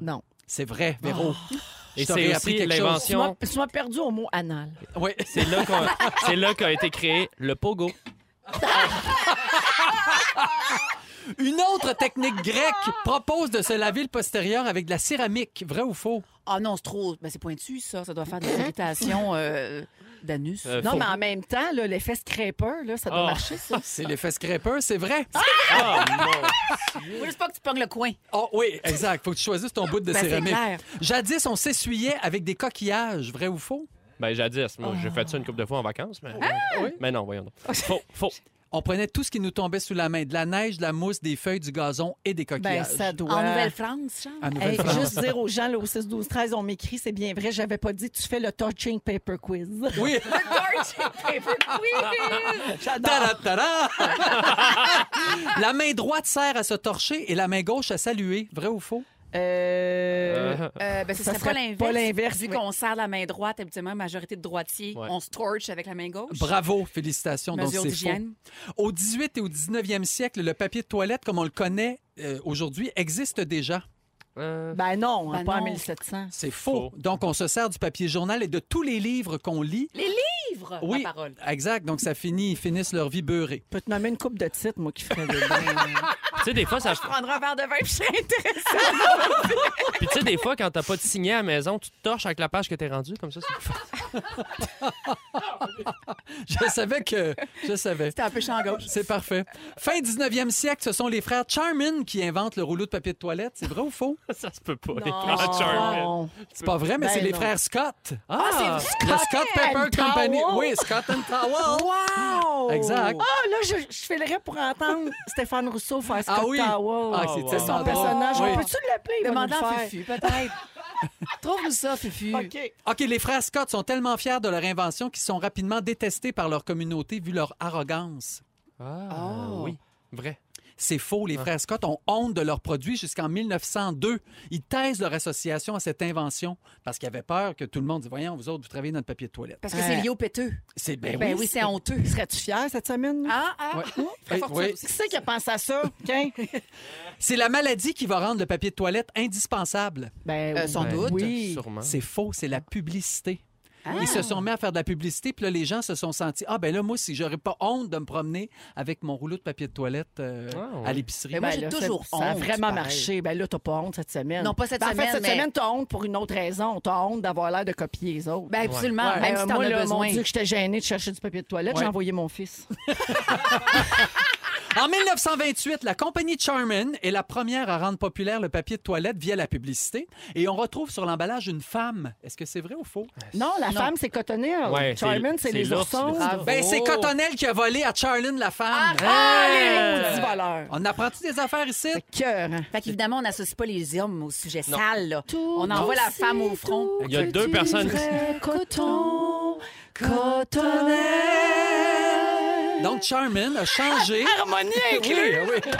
S2: Non.
S1: C'est vrai, Véro.
S4: Et
S1: Je t'aurais
S4: c'est
S1: appris
S4: aussi
S1: quelque chose.
S2: Tu m'as-
S4: l'invention.
S2: tu m'as perdu au mot anal.
S1: Oui.
S4: C'est là qu'on- c'est là qu'a été créé le pogo.
S1: Une autre technique grecque propose de se laver le postérieur avec de la céramique. Vrai ou faux?
S3: Ah non, c'est trop. Ben, c'est pointu, ça. Ça doit faire des irritations euh, d'anus.
S4: Euh,
S2: Non,
S4: Faux.
S2: mais en même temps, là, l'effet scraper, là, ça doit
S4: Ah.
S2: marcher, ça.
S1: C'est l'effet scraper, c'est vrai.
S4: Ah, mon
S3: Faut juste pas que tu pognes le coin.
S1: Oh oui, exact. Faut que tu choisisses ton bout de
S3: Ben, c'est
S1: céramique.
S3: clair.
S1: Jadis, on s'essuyait avec des coquillages. Vrai ou faux?
S4: Ben, jadis, moi, j'ai fait ça une couple de fois en vacances, mais.
S2: Ah,
S4: Mais non, voyons. donc. Faux, faux.
S1: On prenait tout ce qui nous tombait sous la main, de la neige, de la mousse, des feuilles, du gazon et des
S2: Ben,
S1: coquillages.
S2: ça doit.
S3: En Nouvelle-France, genre.
S1: À
S2: Hey,
S1: Nouvelle-France.
S2: juste dire aux gens, là, au 6, 12, 13, on m'écrit, c'est bien vrai, j'avais pas dit, tu fais le touching paper quiz.
S1: Oui.
S2: J'adore.
S1: Ta-da-ta-da! la main droite sert à se torcher et la main gauche à saluer. Vrai ou faux?
S2: Euh,
S4: Euh,
S3: Euh, ben, ce
S2: Ça
S3: serait, pas
S2: serait
S3: l'inverse.
S2: pas l'inverse,
S3: Vu
S2: oui.
S3: qu'on serre la main droite, habituellement, majorité de droitiers,
S4: Ouais.
S3: on se torche avec la main gauche.
S1: Bravo, félicitations. Donc,
S3: Mesure
S1: c'est faux.
S3: d'hygiène.
S1: Au 18 et au 19e siècle, le papier de toilette, comme on le connaît euh, aujourd'hui, existe déjà.
S4: euh,
S2: ben non, hein,
S3: Ben
S2: pas en
S3: non.
S2: 1700.
S1: C'est faux.
S4: Faux.
S1: Donc, on se sert du papier journal et de tous les livres qu'on lit.
S3: Livre,
S1: Oui.
S3: ma parole.
S1: Exact. Donc, ça finit, ils finissent leur vie beurrée.
S2: Je peux te nommer une coupe de titres, moi, qui ferais des
S4: tu sais, des fois, ça.
S3: Je prendrai un verre de vin, puis je serai intéressée.
S4: Puis, tu sais, des fois, quand t'as pas de signet à la maison, tu te torches avec la page que t'es rendue, comme ça, c'est
S1: Je savais que. Je savais.
S3: C'était un peu champ gauche.
S1: C'est parfait. Fin 19e siècle, ce sont les frères Charmin qui inventent le rouleau de papier de toilette. C'est vrai ou faux?
S4: Ça se peut pas. les
S3: Non.
S4: frères Charmin.
S2: Non.
S1: C'est pas vrai, mais
S2: Ben
S1: c'est les
S2: non.
S1: frères Scott.
S4: Ah,
S1: Le Scott Pepper
S2: and
S1: Company.
S2: Towel.
S1: Oui, Scott and Towel.
S2: Wow!
S1: Exact.
S2: Ah, là, je, je filerais pour entendre Stéphane Rousseau faire Scott
S1: Ah oui.
S2: Towell.
S1: Ah, c'est
S4: wow.
S1: tellement
S2: Son
S1: drôle.
S2: personnage.
S1: Oui.
S2: On peut-tu l'appeler? Il va nous
S3: Demandez
S2: le
S3: à
S2: faire.
S3: Fufu, peut-être. Trouve-nous ça, Fufu.
S2: OK.
S1: OK, les frères Scott sont tellement fiers de leur invention qu'ils sont rapidement détestés par leur communauté vu leur arrogance.
S4: Ah,
S3: Oh.
S4: oui. Vrai.
S1: C'est faux. Les frères Scott ont honte de leurs produits jusqu'en 1902. Ils taisent leur association à cette invention parce qu'ils avaient peur que tout le monde dise Voyons, vous autres, vous travaillez dans le papier de toilette.
S3: Parce que c'est lié au péteux.
S1: C'est bien.
S3: Ben oui, c'est honteux.
S2: Serais-tu fière cette semaine? là?
S3: Ah, ah.
S1: Eh,
S3: fortune
S1: oui.
S2: Qui c'est qui a pensé à ça? Tiens.
S1: C'est la maladie qui va rendre le papier de toilette indispensable.
S2: Ben,
S3: Euh, sans
S2: oui.
S3: doute.
S2: Oui.
S4: Sûrement.
S1: C'est faux, c'est la publicité. Ils se sont mis à faire de la publicité, puis là, les gens se sont sentis Ah, ben là, moi, si j'aurais pas honte de me promener avec mon rouleau de papier de toilette euh,
S4: Ah, ouais.
S1: à l'épicerie.
S3: Mais moi, j'ai
S2: Ben là,
S3: toujours
S2: ça, ça a
S3: honte,
S2: vraiment
S3: pareil.
S2: marché. Ben là, t'as pas honte cette semaine.
S3: Non, pas cette
S2: Ben, En
S3: semaine,
S2: fait, cette
S3: mais-
S2: semaine, t'as honte pour une autre raison. T'as honte d'avoir l'air de copier les autres.
S3: Ben absolument,
S2: Ouais.
S3: même
S2: Euh,
S3: si t'en
S2: moi,
S3: as
S2: là,
S3: besoin.
S2: Mon Dieu, que j'étais gênée de chercher du papier de toilette,
S1: Ouais.
S2: j'ai envoyé mon fils.
S1: En 1928, la compagnie Charmin est la première à rendre populaire le papier de toilette via la publicité. Et on retrouve sur l'emballage une femme. Est-ce que c'est vrai ou faux?
S2: Non, la femme, c'est Cottonelle.
S4: Ouais, c'est-
S2: Charmin, c'est
S4: c'est
S2: les
S4: l'ours,
S2: oursons.
S4: mais-
S2: Ah,
S1: Ben, c'est Cottonelle qui a volé à Charlene, la femme.
S2: ah,
S1: Hey!
S2: les maudits voleurs.
S1: On apprend-tu des affaires ici?
S2: Cœur.
S3: Euh, Fait qu'évidemment, on n'associe pas les hommes au sujet
S4: Non.
S3: sale. là. on envoie la femme au front.
S4: Il y a deux personnes.
S2: Coton, Cottonelle.
S1: Donc, Charmin a changé.
S2: Harmonie
S1: Oui, oui.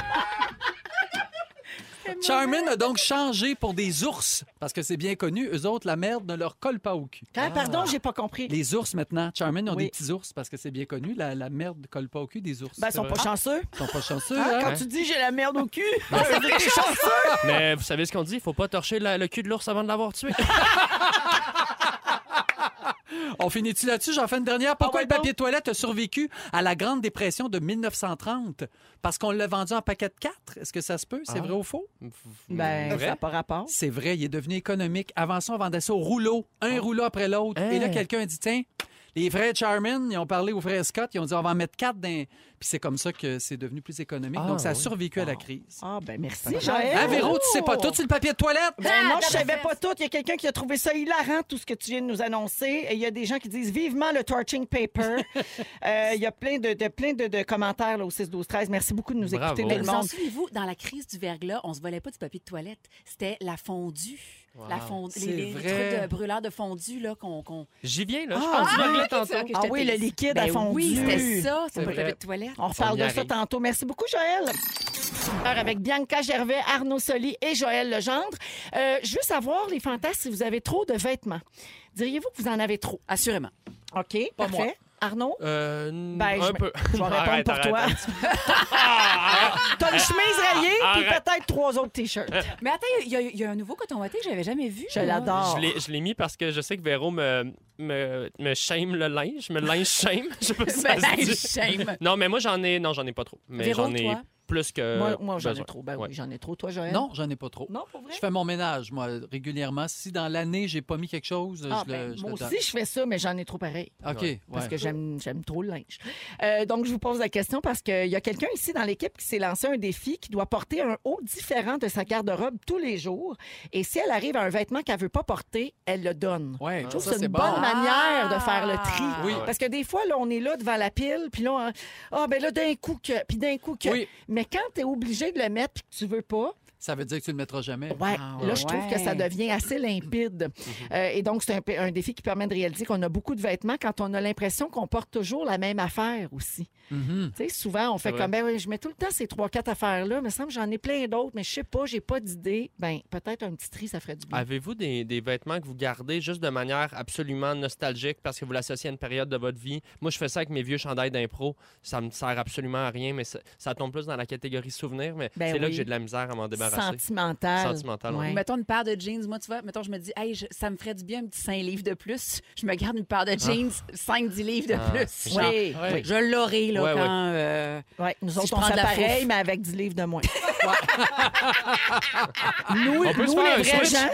S1: Charmin a donc changé pour des ours, parce que c'est bien connu, eux autres, la merde ne leur colle pas au cul.
S2: Hein, Pardon, j'ai pas compris.
S1: Les ours maintenant, Charmin ont
S2: Oui.
S1: des petits ours, parce que c'est bien connu, la, la merde ne colle pas au cul des ours.
S2: Ben, ils sont
S4: c'est
S2: pas
S4: vrai.
S2: chanceux.
S1: Ils sont pas chanceux,
S2: Hein,
S1: hein?
S2: Quand
S4: Ouais.
S2: tu dis j'ai la merde au cul, t'es chanceux.
S4: Mais vous savez ce qu'on dit, faut pas torcher la- le cul de l'ours avant de l'avoir tué.
S1: On finit-tu là-dessus? J'en fais une dernière. Pourquoi
S2: Ah ouais,
S1: le papier toilette a survécu à la Grande Dépression de 1930? Parce qu'on l'a vendu en paquet de quatre. Est-ce que ça se peut? C'est
S4: Ah.
S1: vrai ou faux?
S2: Ben, ça
S4: Mm, Vrai?
S2: n'a pas rapport.
S1: C'est vrai, il est devenu économique. Avant ça, on vendait ça au rouleau,
S2: Ah.
S1: un rouleau après l'autre. Et
S2: Hein?
S1: là,
S4: Hey.
S1: quelqu'un a dit, tiens, les frères Charmin, ils ont parlé aux frères Scott, ils ont dit, on va en mettre quatre. Dans... Puis c'est comme ça que c'est devenu plus économique.
S4: Ah,
S1: Donc, ça a
S4: oui.
S1: survécu à la crise.
S2: Ah, ben merci, Joël.
S1: Hein, Véro, tu sais pas tout sur le papier de toilette?
S2: Ben non, je
S3: Ah,
S2: savais
S3: parfait.
S2: pas tout. Il y a quelqu'un qui a trouvé ça hilarant, tout ce que tu viens de nous annoncer. Et il y a des gens qui disent vivement le torching paper. Euh, Il y a plein de, de- plein de, de commentaires là, au 6, 12, 13. Merci beaucoup de nous
S4: Bravo.
S2: écouter, tout
S3: Mais
S2: le
S3: vous en
S2: monde.
S3: souvenez-vous, dans la crise du verglas, on se volait pas du papier de toilette. C'était la fondue. La fondue
S1: C'est
S3: les, les
S1: vrai.
S3: trucs de brûleurs de fondue là, qu'on. qu'on-
S4: J'y viens, là.
S2: Ah,
S4: je pense
S2: ouais.
S4: que tantôt.
S3: que je
S2: Ah
S3: te
S2: oui, le
S3: paye.
S2: liquide
S3: Ben
S2: à fondu.
S3: Oui, c'était ça. C'est pas le
S4: vrai.
S3: papier de toilette.
S2: On reparle
S4: y
S2: de ça
S4: arrive.
S2: tantôt. Merci beaucoup, Joël. Alors, Avec Bianca Gervais, Arnaud Soli et Joël Legendre. Euh, je veux savoir, les fantasmes, si vous avez trop de vêtements. Diriez-vous que vous en avez trop?
S3: Assurément.
S2: OK,
S1: Pas
S2: parfait.
S1: moi.
S2: Arnaud,
S4: Euh,
S2: Ben,
S4: un
S2: je-
S4: peu.
S2: je vais répondre
S4: Arrête,
S2: pour
S4: arrête,
S2: toi.
S4: arrête. Ah,
S2: T'as une chemise rayée, puis
S4: arrête. Euh,
S2: peut-être trois autres T-shirts.
S3: Mais attends, il y, a- il y a un nouveau coton watté que j'avais jamais vu.
S2: Je
S3: moi.
S2: l'adore.
S4: Je l'ai- Je l'ai mis parce que je sais que Véro me, me, me shame le linge, me linge shame. Je sais pas si ça
S3: Ben,
S4: se dit.
S3: shame.
S4: Non, mais moi j'en ai non, j'en ai pas trop, mais
S3: Véro,
S4: j'en ai
S3: toi?
S4: plus que
S2: Moi, moi, j'en ai
S4: euh, besoin.
S2: trop. Ben
S4: Ouais.
S2: oui, j'en ai trop. Toi, Joël?
S1: Non, j'en ai pas trop.
S2: Non, pour vrai?
S1: Je fais mon ménage, moi, régulièrement. Si dans l'année, j'ai pas mis quelque chose,
S2: Ah,
S1: je
S2: ben,
S1: le. je
S2: moi
S1: le donne.
S2: aussi, je fais ça, mais j'en ai trop pareil.
S1: OK.
S4: Ouais.
S2: Parce
S1: ouais.
S2: que j'aime j'aime trop le linge. Euh, donc, je vous pose la question parce qu'il y a quelqu'un ici dans l'équipe qui s'est lancé un défi qui doit porter un haut différent de sa garde-robe tous les jours. Et si elle arrive à un vêtement qu'elle veut pas porter, elle le donne. Je
S1: Ouais, ça,
S2: trouve que c'est
S1: c'est
S2: une
S1: bon. Ah!
S2: bonne
S3: Ah!
S2: manière de faire le tri.
S1: Oui.
S2: Parce que des fois, là, on est là devant la pile, puis là, on- ah, ben là, d'un coup que, puis d'un coup que.
S1: Oui.
S2: Mais quand tu es obligé de le mettre puis que tu veux pas,
S1: Ça veut dire que tu le mettras jamais.
S2: Ouais,
S1: Ah,
S2: là, je trouve que ça
S3: ouais.
S2: devient assez limpide. Euh, et donc, c'est un, p- un défi qui permet de réaliser qu'on a beaucoup de vêtements quand on a l'impression qu'on porte toujours la même affaire aussi.
S1: Mhm.
S2: Tu sais, souvent, on fait
S4: C'est
S2: comme, ben oui, je mets tout le temps ces trois, quatre affaires-là. Il me semble que j'en ai plein d'autres, mais je sais pas, j'ai pas d'idée. Ben, peut-être un petit tri, ça ferait
S1: Mm.
S2: du bien.
S4: Avez-vous des, des vêtements que vous gardez juste de manière absolument nostalgique parce que vous l'associez à une période de votre vie? Moi, je fais ça avec mes vieux chandails d'impro. Ça me sert absolument à rien, mais ça, ça tombe plus dans la catégorie souvenir, mais
S2: Ben
S4: c'est là
S2: oui.
S4: que j'ai de la misère à m'en débarrasser.
S2: Sentimental.
S4: Sentimental, ouais.
S2: Ouais.
S3: Mettons une paire de jeans. Moi, tu vois, mettons, je me dis, hey, je- ça me ferait du bien un petit 5 livres de plus. Je me garde une paire de jeans, 5-10 livres de
S4: Ah,
S3: plus.
S4: genre-
S2: Oui,
S4: Ouais.
S2: oui.
S3: Je l'aurai, là,
S4: Ouais, ouais.
S3: quand. euh,
S2: Ouais, nous
S3: Si
S2: autres,
S3: je
S2: on
S3: prends
S2: fait
S3: de la
S2: pareil,
S3: fouffe.
S2: mais avec 10 livres de moins.
S1: Ah,
S2: nous,
S4: On peut se
S2: nous,
S4: faire
S2: les
S4: un
S2: vrais
S4: switch.
S2: gens,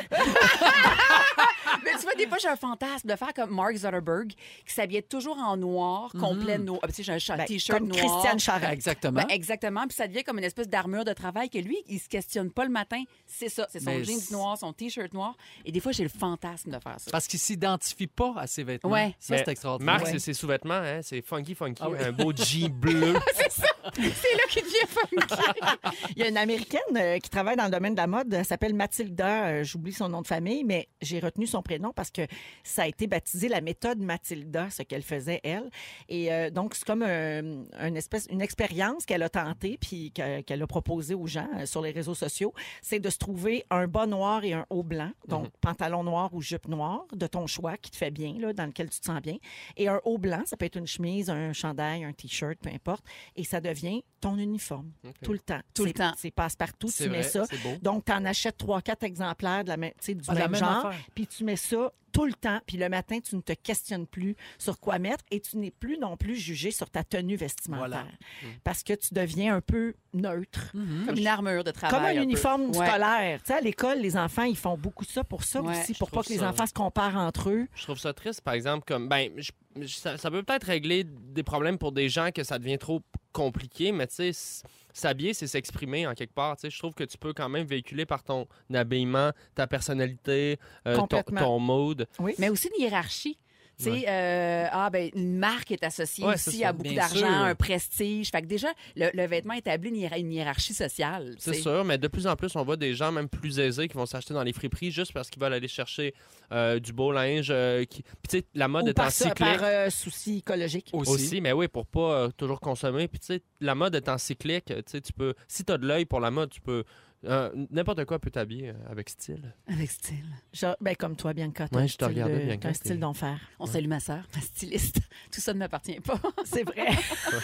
S3: Mais tu vois, des fois, j'ai un fantasme de faire comme Mark Zuckerberg, qui s'habillait toujours en noir, complet noir. Ah, Tu sais, j'ai un cha-
S2: Mm-hmm. ben,
S3: t-shirt
S2: comme
S3: noir.
S2: Christiane Charest.
S1: Exactement.
S3: Ben, exactement. Puis ça devient comme une espèce d'armure de travail que lui, il se questionne pas le matin. C'est ça. C'est son
S1: Mais
S3: jeans
S1: c'est-
S3: noir, son t-shirt noir. Et des fois, j'ai le fantasme de faire ça.
S1: Parce qu'il s'identifie pas à ses vêtements.
S3: Ouais.
S1: Ça, c'est
S4: Mais
S1: extraordinaire.
S4: Marc,
S1: Ouais.
S4: c'est ses sous-vêtements, hein, c'est funky, funky.
S1: Ah oui.
S4: Un beau G bleu.
S3: C'est là qu'il devient funky.
S2: Il y a une Américaine euh, qui travaille dans le domaine de la mode, elle s'appelle Mathilda, euh, j'oublie son nom de famille, mais j'ai retenu son prénom parce que ça a été baptisé la méthode Mathilda, ce qu'elle faisait, elle. Et euh, donc, c'est comme un- une espèce, une expérience qu'elle a tentée puis que- qu'elle a proposée aux gens euh, sur les réseaux sociaux, c'est de se trouver un bas noir et un haut blanc, donc pantalon noir ou jupe noire de ton choix qui te fait bien, là, dans lequel tu te sens bien, et un haut blanc, ça peut être une chemise, un chandail, un T-shirt, peu importe, et ça devient ton uniforme tout le temps.
S3: Tout le
S2: C'est-
S3: temps.
S2: C'est passe-partout,
S1: C'est
S2: tu mets
S1: vrai,
S2: ça.
S1: c'est beau.
S2: Donc, tu en achètes 3-4 exemplaires de la même, tu sais, du
S1: Ah, de la
S2: même
S1: même
S2: genre,
S1: affaire.
S2: puis tu mets ça tout le temps, puis le matin, tu ne te questionnes plus sur quoi mettre et tu n'es plus non plus jugé sur ta tenue vestimentaire. Mmh.
S1: Voilà. Mmh.
S2: Parce que tu deviens un peu neutre.
S3: Comme une armure de travail.
S2: Comme un,
S3: Mmh. peu.
S2: uniforme
S3: Ouais.
S2: scolaire. Tu sais, à l'école, les enfants, ils font beaucoup ça pour ça
S3: Ouais,
S2: aussi,
S3: je
S2: pour pas
S4: trouve
S2: que les
S4: ça-
S2: enfants se comparent entre eux.
S4: Je trouve ça triste, par exemple, comme. Ben, je- je- ça, ça peut peut-être régler des problèmes pour des gens que ça devient trop compliqué, mais tu sais, s- s'habiller, c'est s'exprimer en quelque part. Tu sais, je trouve que tu peux quand même véhiculer par ton habillement, ta personnalité, euh, ton,
S2: Complètement.
S4: ton mode.
S2: Oui.
S3: Mais aussi une hiérarchie. Tu sais, euh, ah, ben, une marque est associée
S4: Ouais, c'est
S3: aussi
S4: ça.
S3: à beaucoup
S1: Bien sûr.
S3: d'argent, un prestige. Fait que déjà, le, le vêtement établit une, hiér- une hiérarchie sociale.
S4: C'est
S3: tu sais.
S4: sûr, mais de plus en plus, on voit des gens même plus aisés qui vont s'acheter dans les friperies juste parce qu'ils veulent aller chercher euh, du beau linge. euh, qui... Puis tu sais, la mode
S2: Ou
S4: est en
S2: par, ça-
S4: cyclique.
S2: par euh, souci écologique.
S1: Aussi.
S4: Aussi. mais oui, pour pas euh, toujours consommer. Puis, tu sais, la mode est en cyclique. euh, Tu sais, tu peux, si t'as de l'œil pour la mode, tu peux. euh, N'importe quoi peut t'habiller euh, avec style.
S3: Avec style.
S2: Genre, ben, comme toi, Bianca. t'as
S4: Ouais,
S2: un
S4: je te
S2: style
S4: regardais,
S2: de-
S4: Bianca,
S2: t'as un style
S4: t'es-
S2: d'enfer.
S3: On salue ma sœur, ma styliste. Tout ça ne m'appartient pas.
S2: C'est vrai.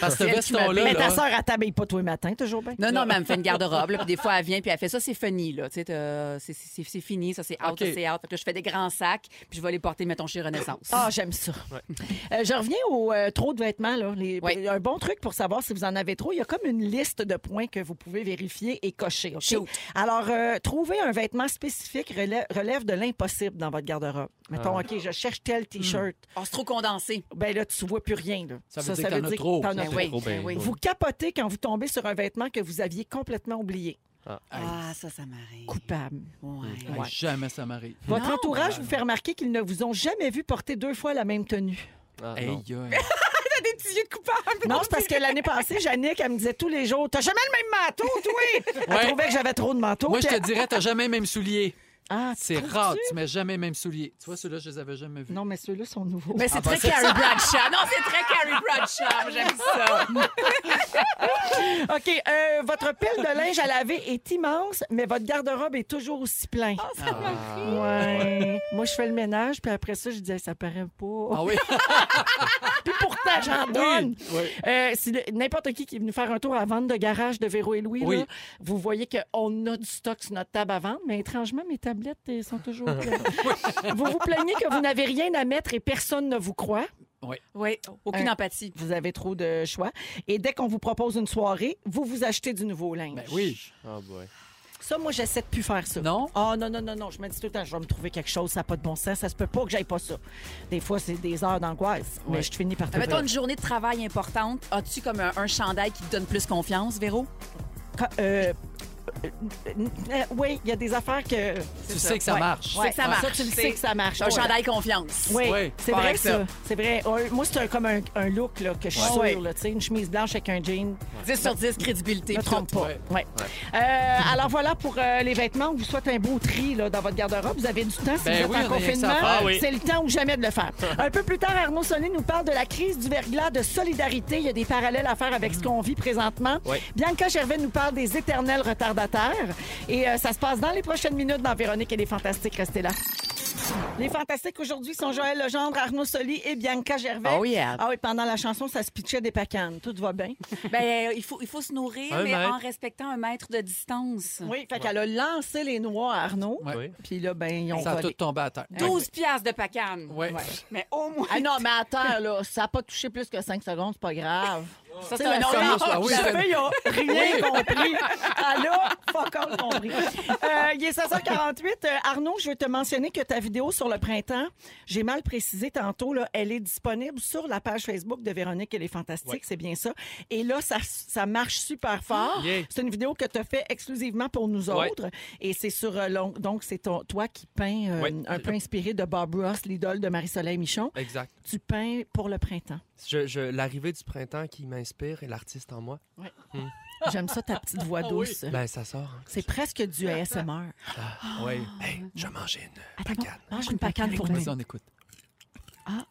S1: Parce
S3: C'est
S1: que ce
S3: elle qui
S1: veston-là,
S2: Mais ta
S1: là,
S2: sœur, elle t'habille pas tous les matins, toujours bien.
S3: Non, non, mais elle me fait une garde-robe. là, Puis des fois, elle vient, puis elle fait ça, c'est funny. là. Tu sais, t'as- c'est- c'est c'est fini, ça, c'est out,
S1: OK.
S3: ça, c'est out. Fait que là, je fais des grands sacs, puis je vais les porter, mettons, chez Renaissance.
S2: Ah, j'aime ça. Euh, je reviens au euh, trop de vêtements. Là. Les-
S3: Oui.
S2: Un bon truc pour savoir si vous en avez trop, il y a comme une liste de points que vous pouvez vérifier et cocher. OK?
S3: Shoot.
S2: Alors, euh, trouver un vêtement spécifique relève, relève de l'impossible dans votre garde-robe. Mettons,
S4: Ah.
S2: OK, je cherche tel T-shirt.
S3: Oh, c'est trop condensé.
S2: Ben là, tu vois plus rien. là.
S1: Ça veut dire que t'en as trop.
S2: t'en as
S1: Ben
S3: Ben
S2: trop.
S3: oui,
S4: trop bien.
S3: ben oui.
S2: Vous capotez quand vous tombez sur un vêtement que vous aviez complètement oublié.
S3: Ah, ça, ça m'arrive.
S2: Coupable.
S3: Ouais.
S1: Hey, jamais ça m'arrive.
S2: Votre
S3: Non,
S2: entourage vous fait remarquer qu'ils ne vous ont jamais vu porter deux fois la même tenue.
S4: Ah,
S1: Hey,
S4: non.
S1: yo.
S3: T'as des petits yeux de coupable.
S2: Non, c'est parce que l'année passée, Jannick, elle me disait tous les jours T'as jamais le même manteau, toi Elle
S1: Ouais.
S2: trouvait que j'avais trop de manteaux.
S1: Moi, je
S2: puis
S1: te
S2: elle-
S1: dirais, t'as jamais même soulier.
S2: Ah, tu
S1: C'est
S2: trouves-tu?
S1: rare, tu mets jamais même soulier. Tu vois, ceux-là, je les avais jamais vus.
S2: Non, mais ceux-là sont nouveaux.
S3: Mais c'est
S1: Ah,
S3: très
S1: ben, c'est
S3: Carrie Bradshaw. Non, c'est très Carrie Bradshaw. J'aime ça.
S2: OK, euh, votre pile de linge à laver est immense, mais votre garde-robe est toujours aussi plein. Ah, Ouais. Moi, je fais le ménage, puis après ça, je disais Ça paraît pas.
S1: Ah oui?
S2: Puis
S1: Ah,
S2: pourtant, j'en donne. Euh, si le- n'importe qui qui est venu faire un tour à vendre de garage de Véro et Louis,
S1: Oui.
S2: là, vous voyez qu'on a du stock sur notre table à vendre, mais étrangement, mes tablettes elles sont toujours pleines. vous vous plaignez que vous n'avez rien à mettre et personne ne vous croit.
S3: Oui, aucune
S2: Un-
S3: empathie.
S2: Vous avez trop de choix. Et dès qu'on vous propose une soirée, vous vous achetez du nouveau linge.
S1: Ben oui.
S4: Ah, boy.
S2: Ça, moi, j'essaie de plus faire ça.
S1: Non?
S2: Oh non, non, non, non. Je me dis tout le temps, je vais me trouver quelque chose, ça n'a pas de bon sens, ça se peut pas que j'aille pas ça. Des fois, c'est des heures d'angoisse, mais
S1: Ouais.
S2: je finis par
S3: Ah, Mettons
S2: trouver.
S3: une journée de travail importante. As-tu comme un, un chandail qui te donne plus confiance, Véro?
S2: Quand- euh, euh, euh, oui, il y a des affaires que...
S1: Tu sais que ça
S2: Ouais.
S1: marche.
S3: Tu sais que ça marche.
S2: tu le sais que ça marche.
S3: Un
S2: Ouais.
S3: chandail confiance.
S2: Oui,
S1: Ouais.
S2: c'est
S3: Pas
S2: vrai
S3: avec
S2: que ça. C'est vrai. Euh, Moi, c'est un- comme un, un look là, que je suis
S3: Ouais.
S2: sûre.
S3: Ouais.
S2: là, tu sais, une chemise blanche avec un jean.
S3: 10 sur 10, crédibilité.
S2: Ne me
S3: puis
S2: trompe
S3: tout.
S2: pas. Ouais. Euh, alors voilà pour euh, les vêtements. On vous souhaite un beau tri là, dans votre garde-robe. Vous avez du temps si
S1: Ben
S2: vous
S1: oui,
S2: êtes en
S1: on a rien que
S2: confinement.
S1: ça à faire.
S4: Ah oui.
S2: C'est le temps ou jamais de le faire. un peu plus tard, Arnaud Solé nous parle de la crise du verglas, de solidarité. Il y a des parallèles à faire
S1: Mm.
S2: avec ce qu'on vit présentement.
S4: Ouais.
S2: Bianca Gervais nous parle des éternels retardataires. Et euh, ça se passe dans les prochaines minutes dans Véronique et les Fantastiques. Restez là. Les Fantastiques aujourd'hui sont Joël Legendre, Arnaud Soli et Bianca Gervais.
S3: Oh yeah.
S2: Ah oui, pendant la chanson, ça se pitchait des pacanes. Tout va bien.
S3: Ben, euh, il, faut, il faut se nourrir,
S4: Un
S3: mais
S4: mètre.
S3: en respectant un mètre de distance.
S2: Oui, fait qu'elle a lancé les noix à Arnaud.
S1: Ouais.
S4: Oui.
S2: Puis là, ben, ils ont
S1: Ça a tout
S2: volé.
S1: tombé à terre.
S3: 12 piastres de pacane.
S1: Ouais.
S3: Mais au moins.
S2: Ah non, mais attends, là, ça n'a pas touché plus que 5 secondes, c'est pas grave.
S3: Ça,
S2: Tu sais,
S3: c'est un
S2: la
S3: autre
S2: semaine-
S1: chose. Ah oui,
S2: la
S1: c'est-
S2: fille a rien compris. Elle a pas encore compris. Euh, il est 16h48. Euh, Arnaud, je veux te mentionner que ta vidéo sur le printemps, j'ai mal précisé tantôt, là, elle est disponible sur la page Facebook de Véronique et les Fantastiques, c'est bien ça. Et là, ça, ça marche super fort.
S4: Yeah.
S2: C'est une vidéo que tu as fait exclusivement pour nous
S4: Ouais.
S2: autres. Et c'est sur... euh, l'on- donc, c'est ton- toi qui peins euh,
S4: Ouais.
S2: un peu inspiré de Bob Ross, l'idole de Marie-Soleil Michon.
S4: Exact.
S2: Tu peins pour le printemps.
S4: Je, je- L'arrivée du printemps qui m'inspire et l'artiste en moi,
S2: J'aime ça, ta petite voix
S3: Ah
S2: douce.
S4: ben, ça sort. hein.
S2: C'est presque du ASMR.
S1: Oui.
S4: Hey, je mangeais une
S3: Attends,
S4: pacane.
S2: Mange une pacane pour nous.
S1: Vas-y, on écoute.
S2: Ah.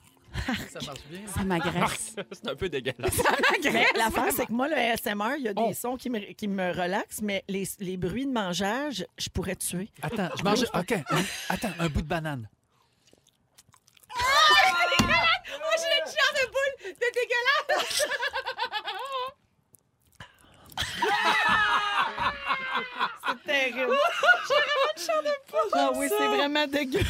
S1: Ça marche bien.
S3: Ça m'agresse.
S4: C'est un peu dégueulasse.
S2: Mais l'affaire, c'est que moi, le ASMR, il y a des sons qui me, qui me relaxent, mais les, les bruits de mangeage, je pourrais tuer.
S3: Oh,
S1: Attends, je mange. OK. un- Attends, un bout de banane.
S3: Moi, j'ai une chair de boule de dégueulasse.
S2: Terrible. Ah oui, c'est vraiment tellement dégueu.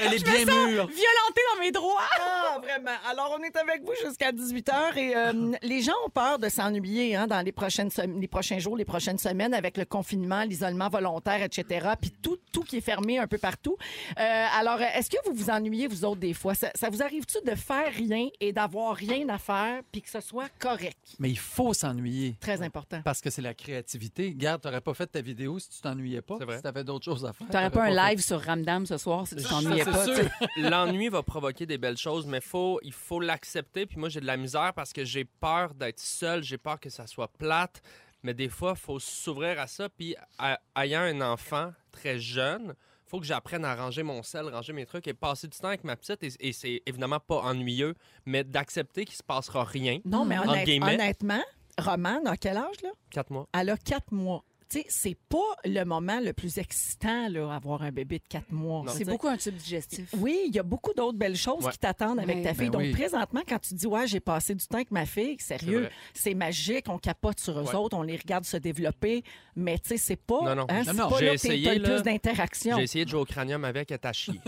S1: Elle est bien mûre.
S3: Violentée dans mes droits.
S2: Ah, vraiment. Alors, on est avec vous jusqu'à 18h et euh, les gens ont peur de s'ennuyer hein, dans les, prochaines sem- les prochains jours, les prochaines semaines avec le confinement, l'isolement volontaire, etc. Puis tout, tout qui est fermé un peu partout. Euh, alors, euh, est-ce que vous vous ennuyez, vous autres, des fois? Ça, ça vous arrive-tu de faire rien et d'avoir rien à faire puis que ce soit correct?
S1: Mais il faut s'ennuyer.
S2: Très important.
S1: Parce que c'est la créativité. Regarde, t'aurais pas fait ta vidéo si tu t'ennuyais pas.
S4: C'est vrai.
S1: Si t'avais d'autres choses à faire.
S3: T'aurais pas un live sur Ramdam ce soir si tu t'ennuyais
S1: C'est
S3: pas.
S1: sûr.
S3: tu sais.
S4: L'ennui va provoquer des belles choses, mais faut, il faut l'accepter. Puis moi, j'ai de la misère parce que j'ai peur d'être seul, j'ai peur que ça soit plate. Mais des fois, faut s'ouvrir à ça. Puis a- ayant un enfant très jeune, faut que j'apprenne à ranger mon sel, ranger mes trucs et passer du temps avec ma petite. Et, et c'est évidemment pas ennuyeux, mais d'accepter qu'il se passera rien.
S2: Non, mais
S4: Entre
S2: honnête-
S4: guillemets.
S2: honnêtement, Romane, à quel âge, là?
S4: Quatre mois.
S2: Elle a quatre mois. Tu sais, c'est pas le moment le plus excitant, là, avoir un bébé de quatre mois.
S4: Non.
S2: Tu
S3: C'est
S2: sais.
S3: beaucoup un tube digestif.
S2: Oui, il y a beaucoup d'autres belles choses
S4: Ouais.
S2: qui t'attendent avec
S3: Oui.
S2: ta fille.
S1: Ben
S2: Donc,
S1: oui.
S2: présentement, quand tu dis, ouais, j'ai passé du temps avec ma fille, sérieux,
S4: vrai.
S2: c'est magique, on capote sur eux
S4: Ouais.
S2: autres, on les regarde se développer, mais tu sais, c'est pas,
S4: Non, non.
S2: hein,
S4: Non,
S2: c'est
S1: non.
S2: pas
S4: J'ai
S2: là que t'es-
S4: essayé,
S2: t'as le
S4: là.
S2: plus d'interaction.
S4: J'ai essayé de jouer au cranium avec et t'as chié.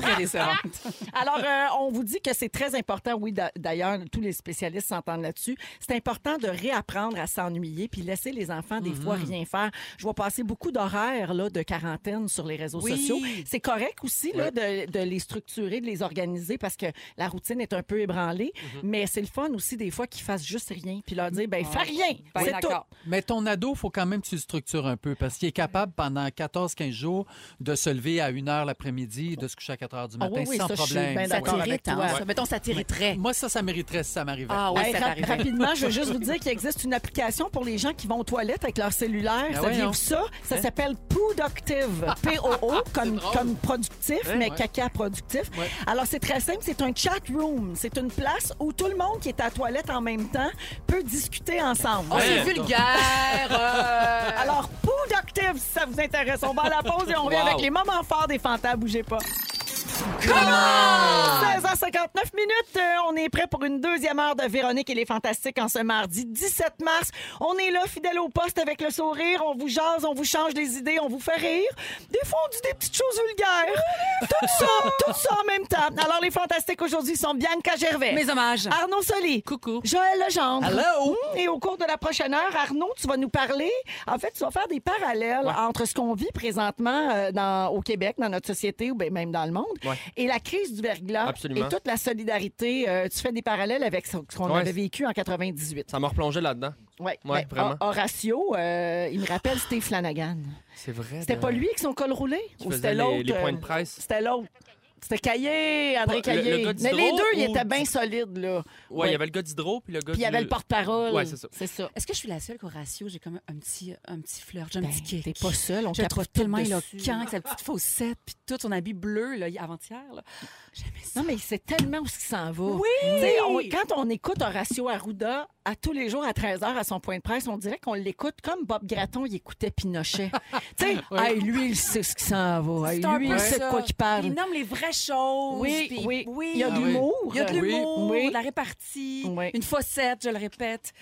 S3: Très décevante.
S2: Alors, euh, on vous dit que c'est très important, oui, d'a- d'ailleurs, tous les spécialistes s'entendent là-dessus. C'est important de réapprendre à s'ennuyer puis laisser les enfants, des fois,
S3: Mhm.
S2: rien faire. Je vois passer beaucoup d'horaires là, de quarantaine sur les réseaux
S3: Oui.
S2: sociaux. C'est correct aussi là, de, de les structurer, de les organiser parce que la routine est un peu ébranlée,
S3: Mhm.
S2: mais c'est le fun aussi, des fois, qu'ils fassent juste rien puis leur dire, ben,
S3: Ah.
S2: fais rien,
S3: Ben,
S2: c'est tout.
S3: d'accord.
S1: Mais ton ado, faut quand même que tu le structures un peu parce qu'il est capable pendant 14-15 jours de se lever à 1 h l'après-midi, de se coucher à 4 h du
S2: Ah
S1: matin
S2: oui, oui,
S1: sans
S2: ça, je suis
S1: problème.
S2: bien
S3: Ça
S2: d'accord avec
S3: t'irrite, hein?
S2: toi.
S3: Ça- Mettons, ça t'irriterait.
S1: Moi, ça, ça mériterait si ça m'arrivait.
S3: Ah
S2: Hey,
S3: ouais, ça
S2: rap-
S3: t'arrivait.
S2: rapidement, je veux juste vous dire qu'il existe une application pour les gens qui vont aux toilettes avec leur cellulaire.
S1: Ben
S2: Saviez-vous
S1: voyons. Ah,
S2: ça? Ça s'appelle Productive. P-O-O, comme, comme productif, mais
S1: Ouais.
S2: caca productif.
S1: Ouais.
S2: Alors, c'est très simple. C'est un chat room. C'est une place où tout le monde qui est à la toilette en même temps peut discuter ensemble.
S1: Ah,
S3: Oh, c'est
S4: Ouais.
S3: vulgaire. euh.
S2: Alors, Productive, si ça vous intéresse, on va à la pause et on revient
S4: Wow.
S2: avec les moments forts des fantas. Bougez pas. 16h59 minutes, euh, on est prêt pour une deuxième heure de Véronique et les Fantastiques en ce mardi 17 mars. On est là, fidèle au poste avec le sourire, on vous jase, on vous change les idées, on vous fait rire. Des fois, on dit des petites choses vulgaires. Tout ça, tout ça en même temps. Alors, les Fantastiques aujourd'hui sont Bianca Gervais.
S3: Mes hommages.
S2: Arnaud Soli.
S3: Coucou.
S2: Joël Legendre.
S1: Hello.
S2: Mmh, Et au cours de la prochaine heure, Arnaud, tu vas nous parler. En fait, tu vas faire des parallèles entre ce qu'on vit présentement euh, dans, au Québec, dans notre société ou ben même dans le monde,
S4: Ouais.
S2: et la crise du verglas
S4: Absolument.
S2: et toute la solidarité. Euh, tu fais des parallèles avec ce ce qu'on
S4: Ouais.
S2: avait vécu en 98.
S4: Ça m'a replongé là-dedans.
S2: Ouais,
S4: Ouais,
S2: Ben,
S4: vraiment.
S2: Ho- Horatio, euh, il me rappelle Steve Flanagan.
S4: C'est vrai.
S2: C'était
S4: de-
S2: pas lui avec son col roulé
S4: qui
S2: ou
S4: faisait
S2: c'était
S4: les-
S2: l'autre
S4: Les, points de
S2: euh,
S4: presse.
S2: C'était l'autre. C'était Caillé, André
S4: Pas- le- le
S2: Caillé.
S4: gars du
S2: Mais les
S4: drôle
S2: deux, ils
S4: ou
S2: étaient
S4: du-
S2: bien solides, là.
S4: Ouais, il y avait le gars d'Hydro, puis le gars
S2: Puis il y avait le
S4: du-
S2: porte-parole.
S4: Ouais, c'est ça.
S2: C'est ça.
S3: Est-ce que je suis la seule qu'au ratio, j'ai comme un petit, un petit flirt, j'ai un
S2: Ben,
S3: petit kick.
S2: T'es pas seul, on
S3: Je le trouve
S2: capote
S3: tellement
S2: dessus.
S3: éloquent, avec sa petite faussette, puis tout son habit bleu là, avant-hier. là. J'aimais ça.
S2: Non, mais il sait tellement où il s'en va.
S3: Oh, Oui!
S2: Tu sais, on- quand on écoute Horacio Arruda à tous les jours à 13h à son point de presse, on dirait qu'on l'écoute comme Bob Gratton, il écoutait Pinochet. tu sais, hey, lui, il sait ce qui s'en va. Hey,
S3: C'est un
S2: lui,
S3: peu
S2: il sait de
S3: ça.
S2: quoi qu'il
S3: Il
S2: parle.
S3: nomme les vraies choses.
S2: Oui,
S3: puis-
S2: oui. Il y a
S1: Ah
S2: de
S1: oui.
S2: l'humour.
S3: Il y a de
S1: Oui,
S3: l'humour,
S2: oui.
S3: de la répartie,
S2: Oui.
S3: une faussette, je le répète.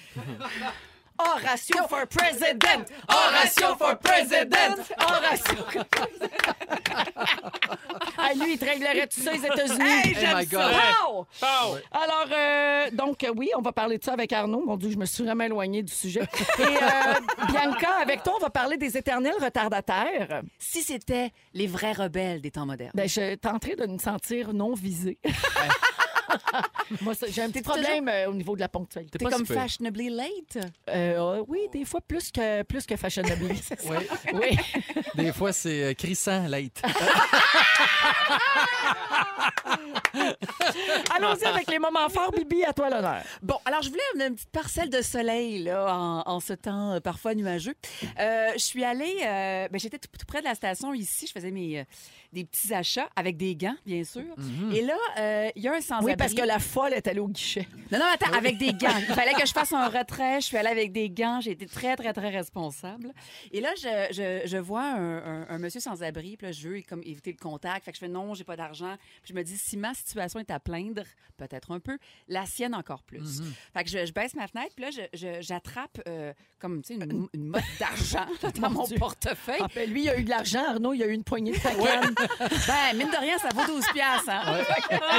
S2: Horatio for president! Horatio for president! Horatio! ah, lui, il te réglerait tout ça, les États-Unis.
S1: j'aime Oh my ça. God.
S2: Wow! Alors, euh, donc, euh, oui, on va parler de ça avec Arnaud. Mon Dieu, je me suis vraiment éloignée du sujet. Et euh, Bianca, avec toi, on va parler des éternels retardataires.
S3: Si c'était les vrais rebelles des temps modernes.
S2: Ben, je tenterai de me sentir non visée. Moi, ça, j'ai un petit
S3: T'es toujours-
S2: problème euh, au niveau de la ponctualité.
S3: T'es
S4: pas
S3: comme
S4: si pire.
S3: fashionably late.
S2: Euh, oui, des fois, plus que, plus que fashionably.
S1: Ouais.
S2: oui.
S1: Des fois, c'est euh, crissant, late.
S2: Allons-y avec les moments forts, Bibi, à toi l'honneur.
S3: Bon, alors je voulais amener une petite parcelle de soleil là, en, en ce temps euh, parfois nuageux. Euh, je suis allée, euh, ben, j'étais tout, tout près de la station ici, je faisais mes euh, des petits achats avec des gants, bien sûr. Et là, euh, il y a un sans-abri.
S2: Oui, parce que la folle est allée au guichet.
S3: Non, non, attends, avec des gants. Il fallait que je fasse un retrait. Je suis allée avec des gants. J'ai été très, très, très responsable. Et là, je, je, je vois un, un- un monsieur sans abri. Puis là, je veux comme, éviter le contact. Fait que je fais non, j'ai pas d'argent. Puis je me dis, si ma situation est à plaindre, peut-être un peu, la sienne encore plus.
S1: Mhm.
S3: Fait que je, je baisse ma fenêtre, puis là, je- je- j'attrape euh, comme, tu sais, une, une motte d'argent dans
S2: Mon
S3: mon
S2: Dieu.
S3: portefeuille.
S2: Ah, ben, lui, il a eu de l'argent. Arnaud, il a eu une poignée de pacane.
S3: Ben, mine de rien, ça vaut 12 piastres, hein?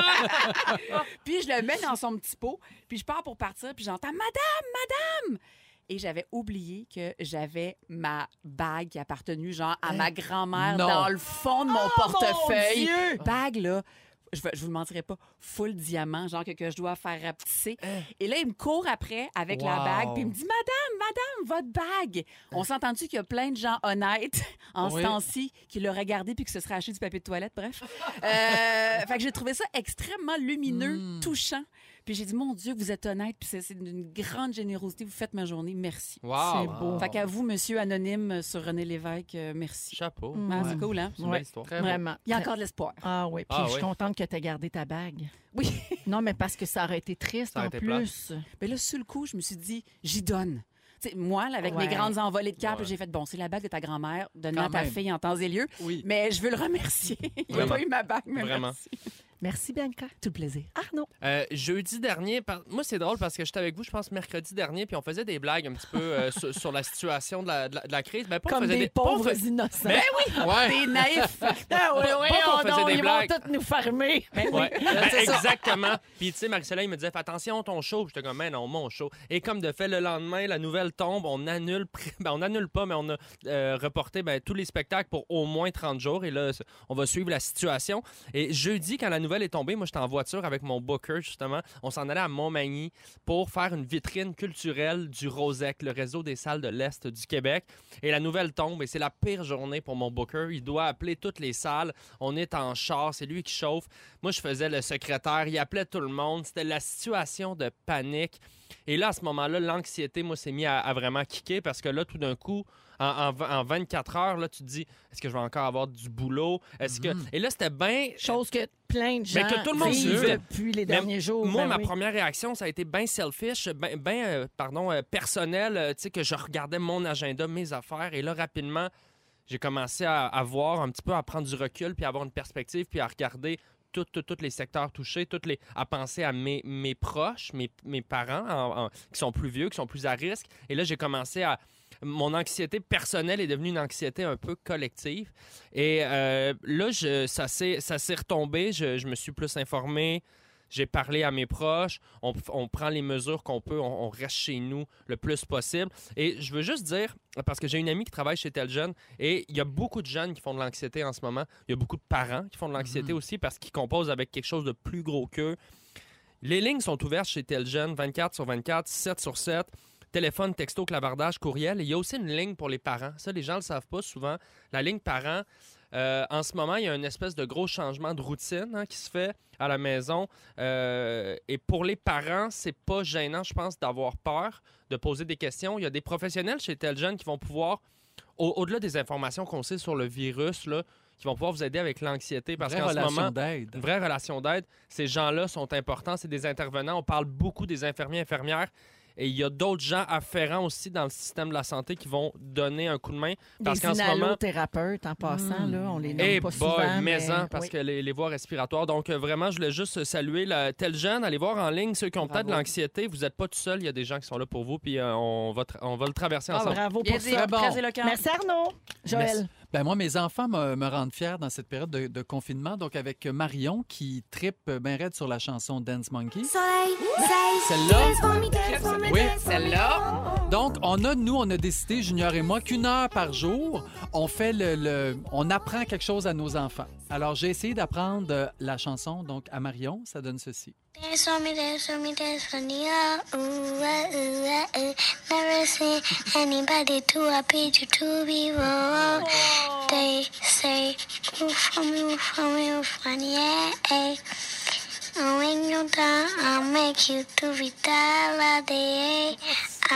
S3: puis je le mets dans son petit pot, puis je pars pour partir, puis j'entends « Madame, madame! » Et j'avais oublié que j'avais ma bague qui appartenait, genre, à ma grand-mère
S1: Non.
S3: dans le fond de mon
S2: Hein? Oh, Mon
S3: portefeuille.
S2: Dieu!
S3: Bague, là, je, vais- je vous le mentirai pas, full diamant, genre que, que je dois faire rapetisser.
S2: Hein?
S3: Et là, il me court après avec la
S1: Wow.
S3: bague, puis il me dit « Madame, madame, votre bague! » On s'entend-tu qu'il y a plein de gens honnêtes en
S1: Oui.
S3: ce temps-ci qui l'auraient regardé puis que se serait acheté du papier de toilette, bref. Euh, fait que j'ai trouvé ça extrêmement lumineux,
S2: Hmm.
S3: touchant. Puis j'ai dit, mon Dieu, vous êtes honnête, puis c'est c'est d'une grande générosité. Vous faites ma journée, merci.
S4: Wow.
S2: C'est beau.
S3: Fait qu'à vous, monsieur anonyme euh, sur René Lévesque, euh, merci.
S4: Chapeau.
S2: Mm.
S3: Ah,
S2: Ouais.
S3: C'est cool, hein?
S4: C'est une
S2: Ouais.
S4: belle histoire.
S2: Très Vraiment.
S3: Il y a encore de l'espoir.
S2: Ah oui, puis
S4: Ah
S2: je suis
S4: oui.
S2: contente que tu aies gardé ta bague.
S3: Oui.
S2: Non, mais parce que ça aurait été triste
S4: Ça aurait
S2: en
S4: été
S2: plus.
S3: Mais Ben là, sur le coup, je me suis dit, j'y donne. Tu sais, moi, là, avec
S2: Ouais.
S3: mes grandes envolées de cap,
S4: Ouais.
S3: j'ai fait, bon, c'est la bague de ta grand-mère, donne à
S1: Quand
S3: ta
S1: même.
S3: fille en temps et lieu.
S1: Oui.
S3: Mais je veux le remercier. Il a
S4: Vraiment.
S3: pas eu ma bague, mais
S4: Vraiment.
S3: merci.
S2: Merci, Bianca.
S3: Tout le plaisir.
S2: Arnaud.
S4: Euh, jeudi dernier, par- moi c'est drôle parce que j'étais avec vous, je pense mercredi dernier, puis on faisait des blagues un petit peu euh, sur, sur la situation de la, de la- de la crise. Ben, pas on
S2: Comme
S4: faisait
S2: des,
S4: des- pas on
S2: pauvres
S4: fais-
S2: innocents.
S4: Ben oui! Ouais.
S3: T'es naïf.
S2: Ah oui,
S4: Pas-
S2: oui,
S4: pas qu'on
S2: oh
S4: faisait
S2: non,
S4: des
S2: ils
S4: blagues.
S2: vont tous nous fermer.
S4: Ouais. Ben, exactement. Puis, tu sais, Marie-Soleil me disait, fais attention, ton show. J'étais comme, mais non, mon show. Et comme de fait, le lendemain, la nouvelle tombe, on annule, pr- ben, on annule pas, mais on a euh, reporté ben, tous les spectacles pour au moins 30 jours. Et là, c- on va suivre la situation. Et jeudi, quand la nouvelle est tombée, moi, j'étais en voiture avec mon booker, justement. On s'en allait à Montmagny pour faire une vitrine culturelle du Rosec, le réseau des salles de l'Est du Québec. Et la nouvelle tombe, et c'est la pire journée pour mon booker. Il doit appeler toutes les salles. On est en char, c'est lui qui chauffe. Moi, je faisais le secrétaire, il appelait tout le monde. C'était la situation de panique. Et là, à ce moment-là, l'anxiété, moi, s'est mis à, à vraiment kicker parce que là, tout d'un coup, en, en v- en 24 heures, là, tu te dis, est-ce que je vais encore avoir du boulot? Est-ce que... Et là, c'était bien...
S2: Chose que plein de gens
S4: Mais que tout le monde
S2: vivent
S4: suivait.
S2: depuis les
S4: Mais
S2: derniers jours.
S4: Moi,
S2: ben
S4: ma
S2: oui.
S4: première réaction, ça a été bien selfish, bien, pardon, euh, personnel, euh, tu sais, que je regardais mon agenda, mes affaires, et là, rapidement, j'ai commencé à, à voir un petit peu, à prendre du recul, puis à avoir une perspective, puis à regarder tous tout, tous les secteurs touchés, toutes les, à penser à mes, mes proches, mes, mes parents en- en- qui sont plus vieux, qui sont plus à risque. Et là, j'ai commencé à... Mon anxiété personnelle est devenue une anxiété un peu collective. Et euh, là, je, ça s'est ça s'est retombé. Je, je me suis plus informé. J'ai parlé à mes proches. On, on prend les mesures qu'on peut. On, on reste chez nous le plus possible. Et je veux juste dire, parce que j'ai une amie qui travaille chez Telgen, et il y a beaucoup de jeunes qui font de l'anxiété en ce moment. Il y a beaucoup de parents qui font de l'anxiété aussi parce qu'ils composent avec quelque chose de plus gros qu'eux. Les lignes sont ouvertes chez Telgen 24 sur 24, 7 sur 7. Téléphone, texto, clavardage, courriel. Et il y a aussi une ligne pour les parents. Ça, les gens ne le savent pas souvent. La ligne parents, euh, en ce moment, il y a une espèce de gros changement de routine hein, qui se fait à la maison. Euh, et pour les parents, c'est pas gênant, je pense, d'avoir peur, de poser des questions. Il y a des professionnels chez Telgen qui vont pouvoir, au- au-delà des informations qu'on sait sur le virus, là, qui vont pouvoir vous aider avec l'anxiété. Parce
S1: Vraie
S4: qu'en ce
S1: relation
S4: moment,
S1: d'aide.
S4: une vraie relation d'aide. Ces gens-là sont importants, c'est des intervenants. On parle beaucoup des infirmiers, infirmières. Et il y a d'autres gens afférents aussi dans le système de la santé qui vont donner un coup de main. Parce
S2: Des
S4: qu'en ce moment.
S2: inhalothérapeutes, en passant, là, on les nomme
S4: Eh
S2: pas
S4: boy,
S2: souvent.
S4: maison,
S2: mais-
S4: parce
S2: oui.
S4: que les, les voies respiratoires. Donc, euh, vraiment, je voulais juste euh, saluer la, tel jeune. Allez voir en ligne ceux qui ont peut-être de l'anxiété. Vous n'êtes pas tout seul. Il y a des gens qui sont là pour vous. Puis euh, on, va tra- on va le traverser
S2: Ah,
S4: ensemble.
S2: bravo
S3: Bien
S2: pour
S3: dit,
S2: ça.
S1: bon.
S3: très éloquent.
S2: Merci Arnaud. Joël.
S1: Ben moi, mes enfants me, me rendent fier dans cette période de, de confinement. Donc, avec Marion qui tripe bien raide sur la chanson Dance Monkey.
S5: Soleil,
S1: Celle-là.
S5: soleil,
S1: Oui,
S5: celle-là.
S1: Donc, on a, nous, on a décidé, Junior et moi, qu'une heure par jour, on fait le, le- on apprend quelque chose à nos enfants. Alors, j'ai essayé d'apprendre euh, la chanson, donc, à Marion. Ça donne ceci.
S5: Dance on me, dance on me, dance on me, ah, ooh, ah, ooh, ah, ooh. Never seen anybody do a picture to be wrong. They say, ooh, for me, ooh, for me, ooh, for me, yeah, eh. And when you're done, I'll make you do it all day.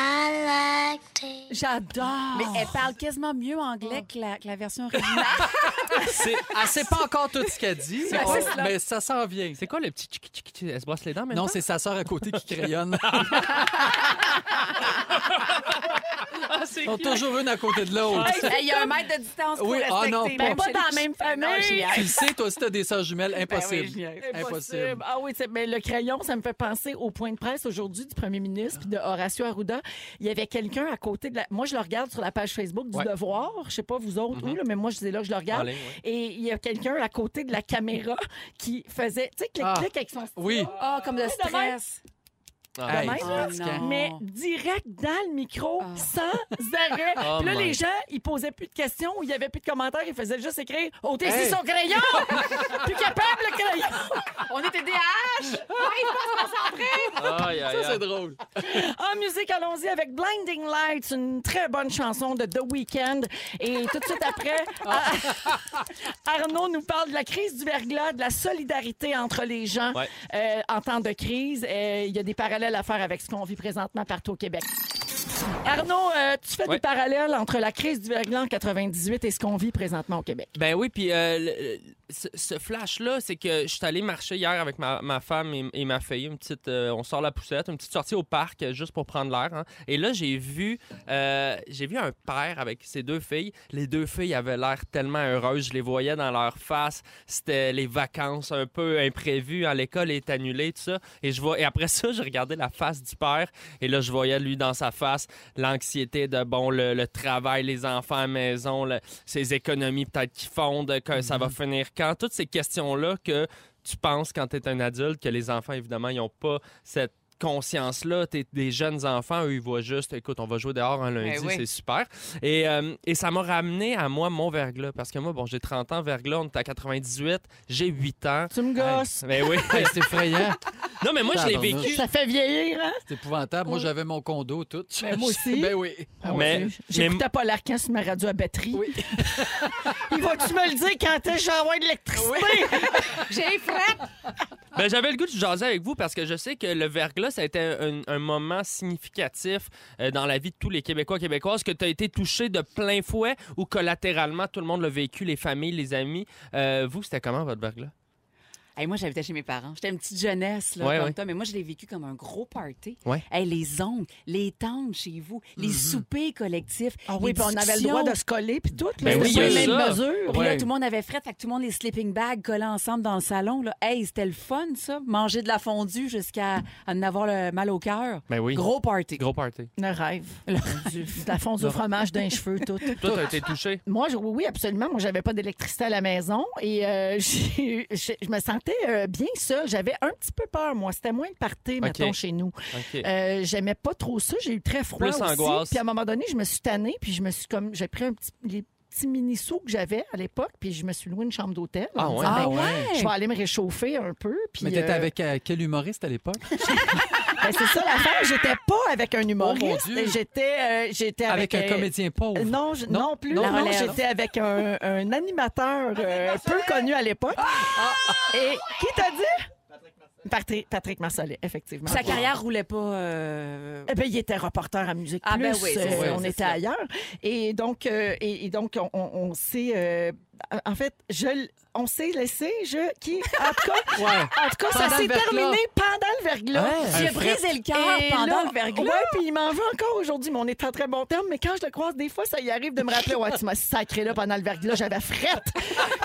S5: I like it.
S2: J'adore.
S3: Mais elle parle quasiment mieux anglais que la, que la version originale.
S1: Ah, C'est, elle sait pas encore tout ce qu'elle dit, mais,
S3: c'est ça.
S1: mais ça s'en vient.
S4: C'est quoi le petit tchic tchic tchic? Elle se brosse les dents, mais
S1: Non, c'est sa sœur à côté qui crayonne. Ils sont toujours une à côté de l'autre.
S3: Hey, hey, Il y a un mètre de distance
S1: Oui,
S3: pour
S1: ah
S3: respecter.
S1: non,
S3: même
S2: pas
S3: chez
S2: dans la
S3: les-
S2: même
S3: Non,
S2: famille.
S3: je
S1: Tu
S3: niaise.
S1: le sais, toi aussi, t'as des sœurs jumelles.
S3: Ben oui,
S1: Impossible.
S3: je niaise.
S1: Impossible.
S2: Ah oui, c'est- mais le crayon, ça me fait penser au point de presse aujourd'hui du premier ministre puis de Horacio Arruda. Il y avait quelqu'un à côté de la. Moi, je le regarde sur la page Facebook du
S4: Ouais.
S2: Devoir. Je sais pas vous
S1: Mm-hmm.
S2: autres où, là, mais moi, je disais là que je le
S4: En
S2: regarde.
S4: ligne, ouais.
S2: Et il y a quelqu'un à côté de la caméra qui faisait, tu sais, clic-clic
S1: Ah.
S2: avec son stylo.
S1: Oui.
S3: Ah, comme le
S2: de même.
S3: stress.
S4: Ah,
S1: Hey,
S2: même,
S1: c'est
S2: là,
S1: fatigant.
S3: non.
S2: Mais direct dans le micro,
S3: Ah.
S2: sans arrêt.
S4: Oh
S2: Puis là,
S4: my.
S2: les gens, ils posaient plus de questions, il y avait plus de commentaires, ils faisaient juste écrire « Oh, t'es ici
S1: Hey.
S2: son crayon! » Plus capable, le crayon!
S3: On était des haches.
S4: aïe, aïe,
S1: Ça, c'est
S4: aïe.
S1: drôle.
S2: En Ah, musique, allons-y avec Blinding Lights, une très bonne chanson de The Weeknd. Et tout de suite après,
S4: Ah.
S2: Ar- Arnaud nous parle de la crise du verglas, de la solidarité entre les gens
S4: Ouais.
S2: euh, en temps de crise. Euh, Il y a des parallèles à faire avec ce qu'on vit présentement partout au Québec. Arnaud, euh, tu fais
S4: Ouais.
S2: des parallèles entre la crise du verglas en 98 et ce qu'on vit présentement au Québec.
S4: Ben oui, puis euh, le- le- ce, ce flash-là, c'est que je suis allé marcher hier avec ma, ma femme et, et ma fille, une petite, euh, on sort la poussette, une petite sortie au parc euh, juste pour prendre l'air. hein. Et là, j'ai vu, euh, j'ai vu un père avec ses deux filles. Les deux filles avaient l'air tellement heureuses, je les voyais dans leur face. C'était les vacances un peu imprévues, hein, l'école est annulée, tout ça. Et je vois, et après ça, j'ai regardé la face du père, et là, je voyais lui dans sa face l'anxiété de bon le, le travail, les enfants à la maison, le- ces économies peut-être qui fondent, que ça va finir quand, toutes ces questions-là que tu penses quand tu es un adulte, que les enfants, évidemment, ils n'ont pas cette conscience-là. Tu des jeunes enfants, eux, ils voient juste, écoute, on va jouer dehors un lundi,
S3: Eh oui.
S4: c'est super. Et, euh, et ça m'a ramené à moi mon verglas, parce que moi, bon, j'ai 30 ans, verglas, on est à 98, j'ai 8 ans.
S2: Tu me gosses.
S4: Mais oui.
S1: Hey, c'est effrayant.
S4: non, mais moi, je l'ai
S1: Tabarnouche.
S4: vécu.
S2: Ça fait vieillir, hein?
S1: C'est épouvantable. Moi, j'avais mon condo, tout.
S2: Ben, moi aussi.
S1: ben oui.
S2: Ah ouais,
S4: Mais-
S2: j'ai- J'écoutais pas l'arcan sur ma radio à batterie.
S1: Oui.
S2: Il va-tu me le dire quand est-ce que je vais avoir de l'électricité?
S3: J'ai fret.
S4: Ben, j'avais le goût de jaser avec vous parce que je sais que le verglas, ça a été un, un moment significatif euh, dans la vie de tous les Québécois, Québécoises, que tu as été touché de plein fouet ou collatéralement, tout le monde l'a vécu, les familles, les amis. Euh, vous, c'était comment votre verglas?
S3: Hey, moi, j'habitais chez mes parents. J'étais une petite jeunesse, là,
S4: Ouais,
S3: comme
S4: ouais.
S3: toi. Mais moi, je l'ai vécu comme un gros party.
S4: Ouais. Mhm.
S3: Hey, les oncles, les tantes chez vous, les soupers collectifs.
S2: Ah oui,
S3: les
S2: puis on avait le
S3: discussions.
S2: droit de se coller, puis tout.
S4: Ben
S2: là,
S4: oui,
S2: c'était pas
S4: il y a
S2: les mêmes
S4: ça.
S2: mesures.
S3: Puis là,
S1: Ouais.
S3: tout le monde avait fret, fait que tout le monde les sleeping bags collés ensemble dans le salon. Là. Hey, c'était le fun, ça. Manger de la fondue jusqu'à à en avoir le mal au cœur.
S4: Ben oui.
S3: Gros party.
S4: Gros party.
S2: Le rêve. De la fondue au fromage d'un cheveu, tout.
S4: Toi, t'as été touché?
S2: Moi, je- oui, absolument. Moi, j'avais pas d'électricité à la maison et euh, j'ai- je, je me sentais euh, bien seule. J'avais un petit peu peur, moi. C'était moins le party, mettons, chez nous.
S4: OK.
S2: Euh, J'aimais pas trop ça. J'ai eu très froid
S4: Plus
S2: aussi.
S4: angoisse.
S2: Puis à un moment donné, je me suis tannée, puis je me suis comme... J'ai pris un petit... Les petits mini-sous que j'avais à l'époque, puis je me suis loué une chambre d'hôtel.
S4: Ah
S2: en me
S4: ouais?
S2: disant,
S1: Ah
S2: ben,
S1: ouais.
S2: Je vais aller me réchauffer un peu. Puis,
S1: Mais t'étais
S2: euh,
S1: avec euh, quel humoriste à l'époque?
S2: Ben, c'est ça l'affaire. J'étais pas avec un
S1: Oh, mon
S2: humoriste.
S1: Dieu.
S2: j'étais, euh, j'étais avec,
S1: Avec un
S2: euh,
S1: comédien pauvre.
S2: euh, Non, je- non,
S1: Non?
S2: plus.
S1: Non,
S2: Non,
S3: la relève.
S2: j'étais avec un, un animateur euh, peu connu à l'époque.
S1: Ah!
S2: Et qui t'a dit? Patrick, Patrick Marcellet, effectivement.
S3: Sa carrière roulait pas. euh,
S2: Eh ben, il était reporter à Musique
S3: Ah,
S2: Plus.
S3: ben oui, c'est
S2: Euh,
S3: ça,
S2: on
S3: c'est
S2: était
S3: ça.
S2: ailleurs. Et donc, euh, et, et donc on, on- on s'est... euh, en fait, je, l- on s'est laissé, je... Qui? En tout cas,
S1: Ouais.
S2: en tout cas ça
S1: Pendant le
S2: s'est
S1: verglas.
S2: terminé pendant le verglas.
S1: Ouais.
S3: J'ai
S1: Un fret.
S3: brisé le cœur
S2: Et
S3: pendant
S2: là,
S3: le verglas.
S2: Ouais, puis il m'en veut encore aujourd'hui, mais on est en très bon terme. Mais quand je le croise, des fois, ça y arrive de me rappeler Ouais, tu m'as sacré là pendant le verglas, j'avais frette.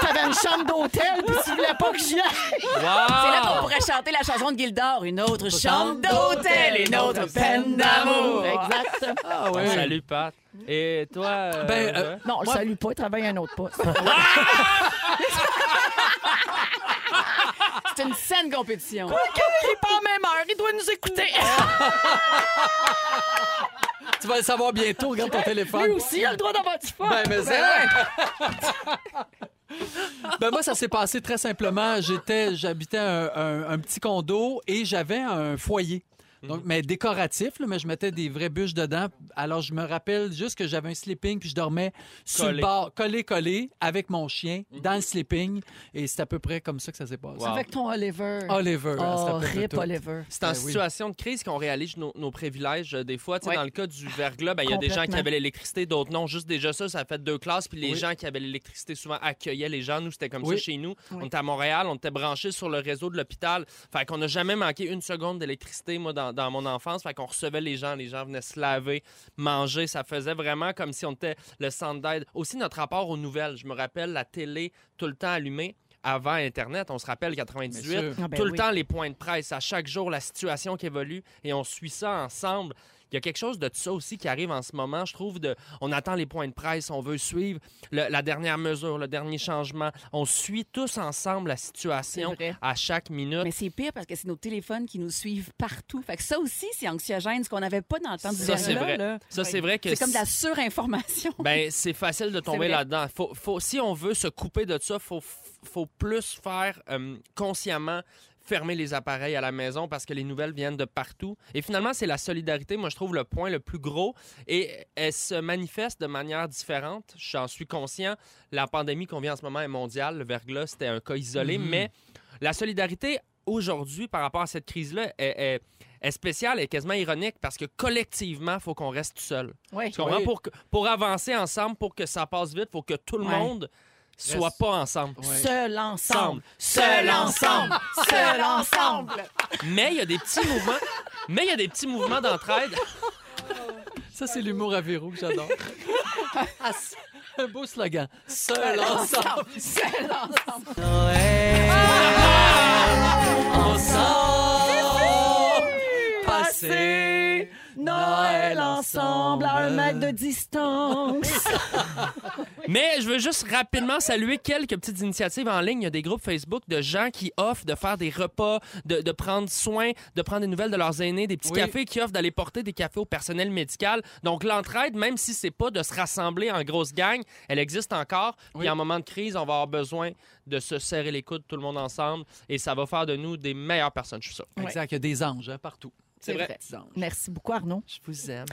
S2: T'avais une chambre d'hôtel, puis tu voulais pas que j'y aille.
S4: Wow!
S3: C'est là qu'on pourrait chanter la chanson de Gildor. Une autre chambre d'hôtel, une autre peine d'amour.
S2: Exact.
S1: Ah ouais.
S4: Salut, Pat. Et toi? euh,
S1: Ben, euh,
S4: ouais?
S2: Non, je salue pas, il travaille un autre poste.
S3: C'est une saine compétition.
S2: il est pas en même heure, il doit nous écouter.
S1: Tu vas le savoir bientôt. Regarde ton téléphone.
S2: Lui aussi, il a le droit d'avoir du fun.
S1: Ben, mais c'est Ben, moi, ça s'est passé très simplement. J'étais, j'habitais un, un- un petit condo et j'avais un foyer. Donc, mais décoratif, là, mais je mettais des vraies bûches dedans. Alors, je me rappelle juste que j'avais un sleeping puis je dormais sur le
S4: Collé.
S1: bord, collé, collé, avec mon chien, dans le sleeping. Et c'est à peu près comme ça que ça s'est passé.
S4: Wow.
S2: Avec ton Oliver.
S1: Oliver. elle se
S2: Oh,
S1: rappelle de
S2: rip
S1: tout.
S2: Oliver.
S4: C'est en
S1: Ben oui.
S4: situation de crise qu'on réalise nos, nos privilèges. euh, Des fois, Tu sais,
S3: Ouais.
S4: dans le cas du verglas, ben, il y a des gens qui
S2: Complètement.
S4: avaient l'électricité, d'autres non. Juste déjà ça, ça a fait deux classes. Puis les
S1: Oui.
S4: gens qui avaient l'électricité souvent accueillaient les gens. Nous, c'était comme
S1: Oui.
S4: ça chez nous. On était à Montréal, on était branchés sur le réseau de l'hôpital. Fait qu'on n'a jamais manqué une seconde d'électricité, moi, dans, dans, dans mon enfance. Fait qu'on recevait les gens, les gens venaient se laver, manger. Ça faisait vraiment comme si on était le centre d'aide. Aussi, notre rapport aux nouvelles. Je me rappelle la télé tout le temps allumée. Avant Internet, on se rappelle 98,
S1: Bien sûr.
S3: Ah, ben
S4: tout le
S3: oui.
S4: temps les points de presse, à chaque jour la situation qui évolue et on suit ça ensemble. Il y a quelque chose de ça aussi qui arrive en ce moment, je trouve. De, on attend les points de presse, on veut suivre le- la dernière mesure, le dernier changement. On suit tous ensemble la situation
S3: vrai.
S4: à chaque minute.
S3: Mais c'est pire parce que c'est nos téléphones qui nous suivent partout. Fait que ça aussi, c'est anxiogène, ce qu'on n'avait pas dans le temps du
S4: Ça, c'est
S3: verglas,
S4: vrai.
S3: là.
S4: Ça, c'est vrai que
S3: C'est comme de la
S4: si-
S3: surinformation.
S4: ben, c'est facile de tomber
S3: vrai.
S4: là-dedans. Faut, faut, si on veut se couper de ça, faut, faut plus faire euh, consciemment fermer les appareils à la maison parce que les nouvelles viennent de partout. Et finalement, c'est la solidarité, moi, je trouve le point le plus gros. Et elle se manifeste de manière différente. J'en suis conscient. La pandémie qu'on vit en ce moment est mondiale. Le verglas, c'était un cas isolé.
S1: Mhm.
S4: Mais la solidarité aujourd'hui par rapport à cette crise-là est, est- est spéciale et quasiment ironique parce que collectivement, il faut qu'on reste seul.
S3: Oui.
S4: Tu comprends? Pour, que- pour avancer ensemble, pour que ça passe vite, pour que tout le
S3: Ouais.
S4: monde soit
S1: Reste-
S4: pas ensemble.
S2: Seul ensemble.
S4: Ensemble. Seul ensemble.
S2: Seul ensemble.
S4: Mais il y a des petits mouvements. Mais il y a des petits mouvements d'entraide.
S1: Ça, c'est l'humour à Véro que j'adore. Ah, c'est Un beau slogan. Seul ensemble.
S3: Seul ensemble.
S1: ensemble. Passer.
S2: Noël ensemble à un mètre de distance.
S4: Mais je veux juste rapidement saluer quelques petites initiatives en ligne. Il y a des groupes Facebook de gens qui offrent de faire des repas, de, de prendre soin, de prendre des nouvelles de leurs aînés, des petits
S1: Oui.
S4: cafés qui offrent d'aller porter des cafés au personnel médical. Donc l'entraide, même si c'est pas de se rassembler en grosse gang, elle existe encore.
S1: Oui.
S4: Puis en moment de crise, on va avoir besoin de se serrer les coudes tout le monde ensemble et ça va faire de nous des meilleures personnes, je suis sûr.
S1: Exact, il y a des anges hein, partout.
S4: C'est vrai.
S1: Des anges.
S2: Merci beaucoup, Arnaud.
S4: Je vous aime.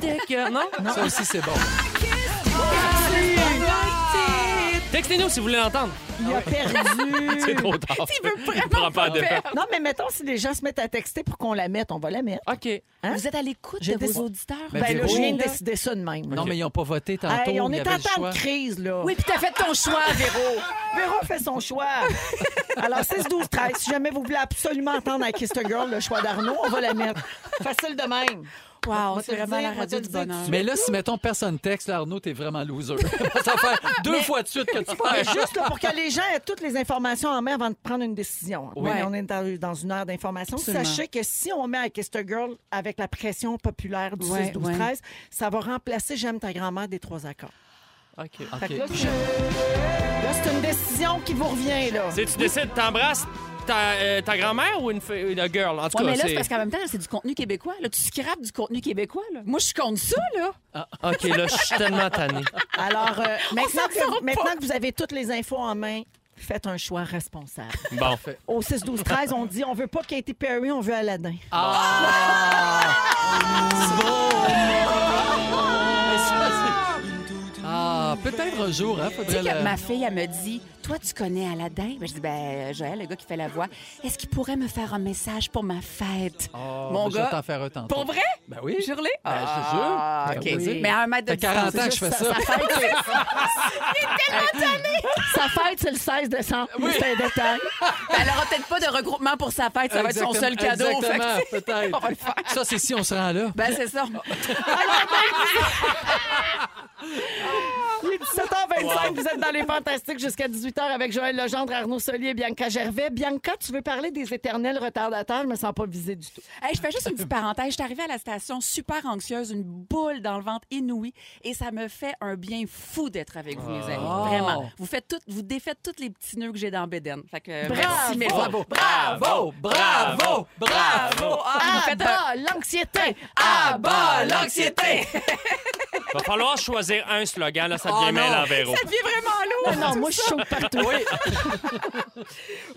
S4: Dès que- non?
S1: Ça aussi, c'est bon.
S4: Textez-nous si vous voulez l'entendre.
S2: Il a perdu.
S4: C'est trop tard.
S3: Il veut
S4: Il prend
S3: vraiment
S4: pas
S3: pas
S4: de
S3: faire.
S2: Non, mais mettons, si les gens se mettent à texter pour qu'on la mette, on va la mettre.
S4: OK.
S2: Hein?
S3: Vous êtes à l'écoute
S2: J'ai
S3: de
S2: des-
S3: vos auditeurs.
S1: Ben,
S2: Ben là, je viens de
S3: Véro.
S2: décider ça de même.
S1: Non,
S4: Ok.
S1: mais ils n'ont pas voté tantôt.
S2: Hey, on
S1: il y
S2: est
S1: avait
S2: en
S1: le
S2: temps
S1: choix.
S2: de crise, là.
S3: Oui, puis t'as fait ton choix, Véro.
S2: Véro fait son choix. Alors, 6, 12, 13, si jamais vous voulez absolument entendre à Kiss the Girl le choix d'Arnaud, on va la mettre. Facile de même.
S3: Wow,
S2: Moi, te
S3: c'est
S2: le
S3: vraiment
S2: dire, moi,
S3: la
S2: te
S3: radio
S2: le
S3: du
S2: dire,
S3: bonheur.
S1: Mais là, si mettons personne texte, là, Arnaud, t'es vraiment loser. ça fait deux fois de suite que tu
S2: Mais
S1: perds.
S2: juste là, pour que les gens aient toutes les informations en main avant de prendre une décision.
S3: Oui.
S2: Mais On est dans, dans une heure d'information.
S3: Absolument.
S2: Sachez que si on met à Kiss the Girl avec la pression populaire du
S3: Ouais,
S2: 6, 12,
S3: ouais.
S2: 13, ça va remplacer J'aime ta grand-mère des trois accords.
S4: OK.
S2: Fait que là, c'est- là, c'est une décision qui vous revient, là.
S4: Si tu décides, t'embrasses ta, euh, ta grand-mère ou une, fi- une girl? En tout
S3: Ouais,
S4: cas,
S3: mais là, c'est
S4: c'est-
S3: parce qu'en même temps, là, c'est du contenu québécois. Là, tu scrapes du contenu québécois. Là. Moi, je suis contre ça, là.
S4: OK, là, je suis tellement tanné.
S2: Alors, euh, maintenant,
S3: s'en
S2: que,
S3: sort pas.
S2: maintenant que vous avez toutes les infos en main, faites un choix responsable.
S4: Bon.
S2: Au 6, 12, 13, on dit on veut pas Katy Perry, on veut Aladdin.
S1: Ah, peut-être un jour, hein,
S3: Tu sais
S1: faudrait
S3: que
S1: le...
S3: ma fille, elle me dit Toi, tu connais Aladdin Ben, Je dis Ben, Joël, le gars qui fait la voix, est-ce qu'il pourrait me faire un message pour ma fête
S1: Oh,
S3: Mon
S1: je vais
S3: gars,
S1: t'en faire un tantôt.
S3: Pour vrai
S1: Ben oui.
S3: Jurlé
S1: Ben, je te jure.
S3: Ah,
S1: Ben
S3: OK.
S1: oui.
S3: Mais à un mètre de
S1: Ça fait 40
S3: distance,
S1: ans que
S3: c'est
S1: je fais
S3: juste
S1: ça.
S2: Sa fête, c'est le 16 décembre. C'est un détail.
S3: Ben, elle aura peut-être pas de regroupement pour sa fête. Ça va être son
S1: Exactement-
S3: seul cadeau. Fait que-
S1: Exactement, Ah, peut-être.
S3: On va le faire.
S1: Ça, c'est si on se rend là.
S3: Ben, c'est ça.
S2: Il est 17h25, vous êtes dans les Fantastiques jusqu'à 18h avec Joël Legendre, Arnaud Solier et Bianca Gervais. Bianca, tu veux parler des éternels retardateurs? Je me sens pas visée du tout.
S3: Hey, je fais juste une petite parenthèse. Je suis arrivée à la station super anxieuse, une boule dans le ventre inouïe, et ça me fait un bien fou d'être avec vous, mes amis.
S1: Oh.
S3: Vraiment. Vous faites tout, vous défaites tous les petits nœuds que j'ai dans Beden. Fait que merci, mes
S1: Bravo, bravo, bravo, bravo.
S3: Bravo! Ah, vous
S2: Ah,
S3: faites un-
S2: bah, l'anxiété!
S3: Ah, bah, l'anxiété!
S4: Va falloir choisir un slogan, là, ça
S1: Oh,
S4: devient mêlant
S1: non.
S4: Véro.
S3: Ah, Ça devient vraiment
S2: Ah
S3: lourd!
S2: non, moi, je chauffe partout.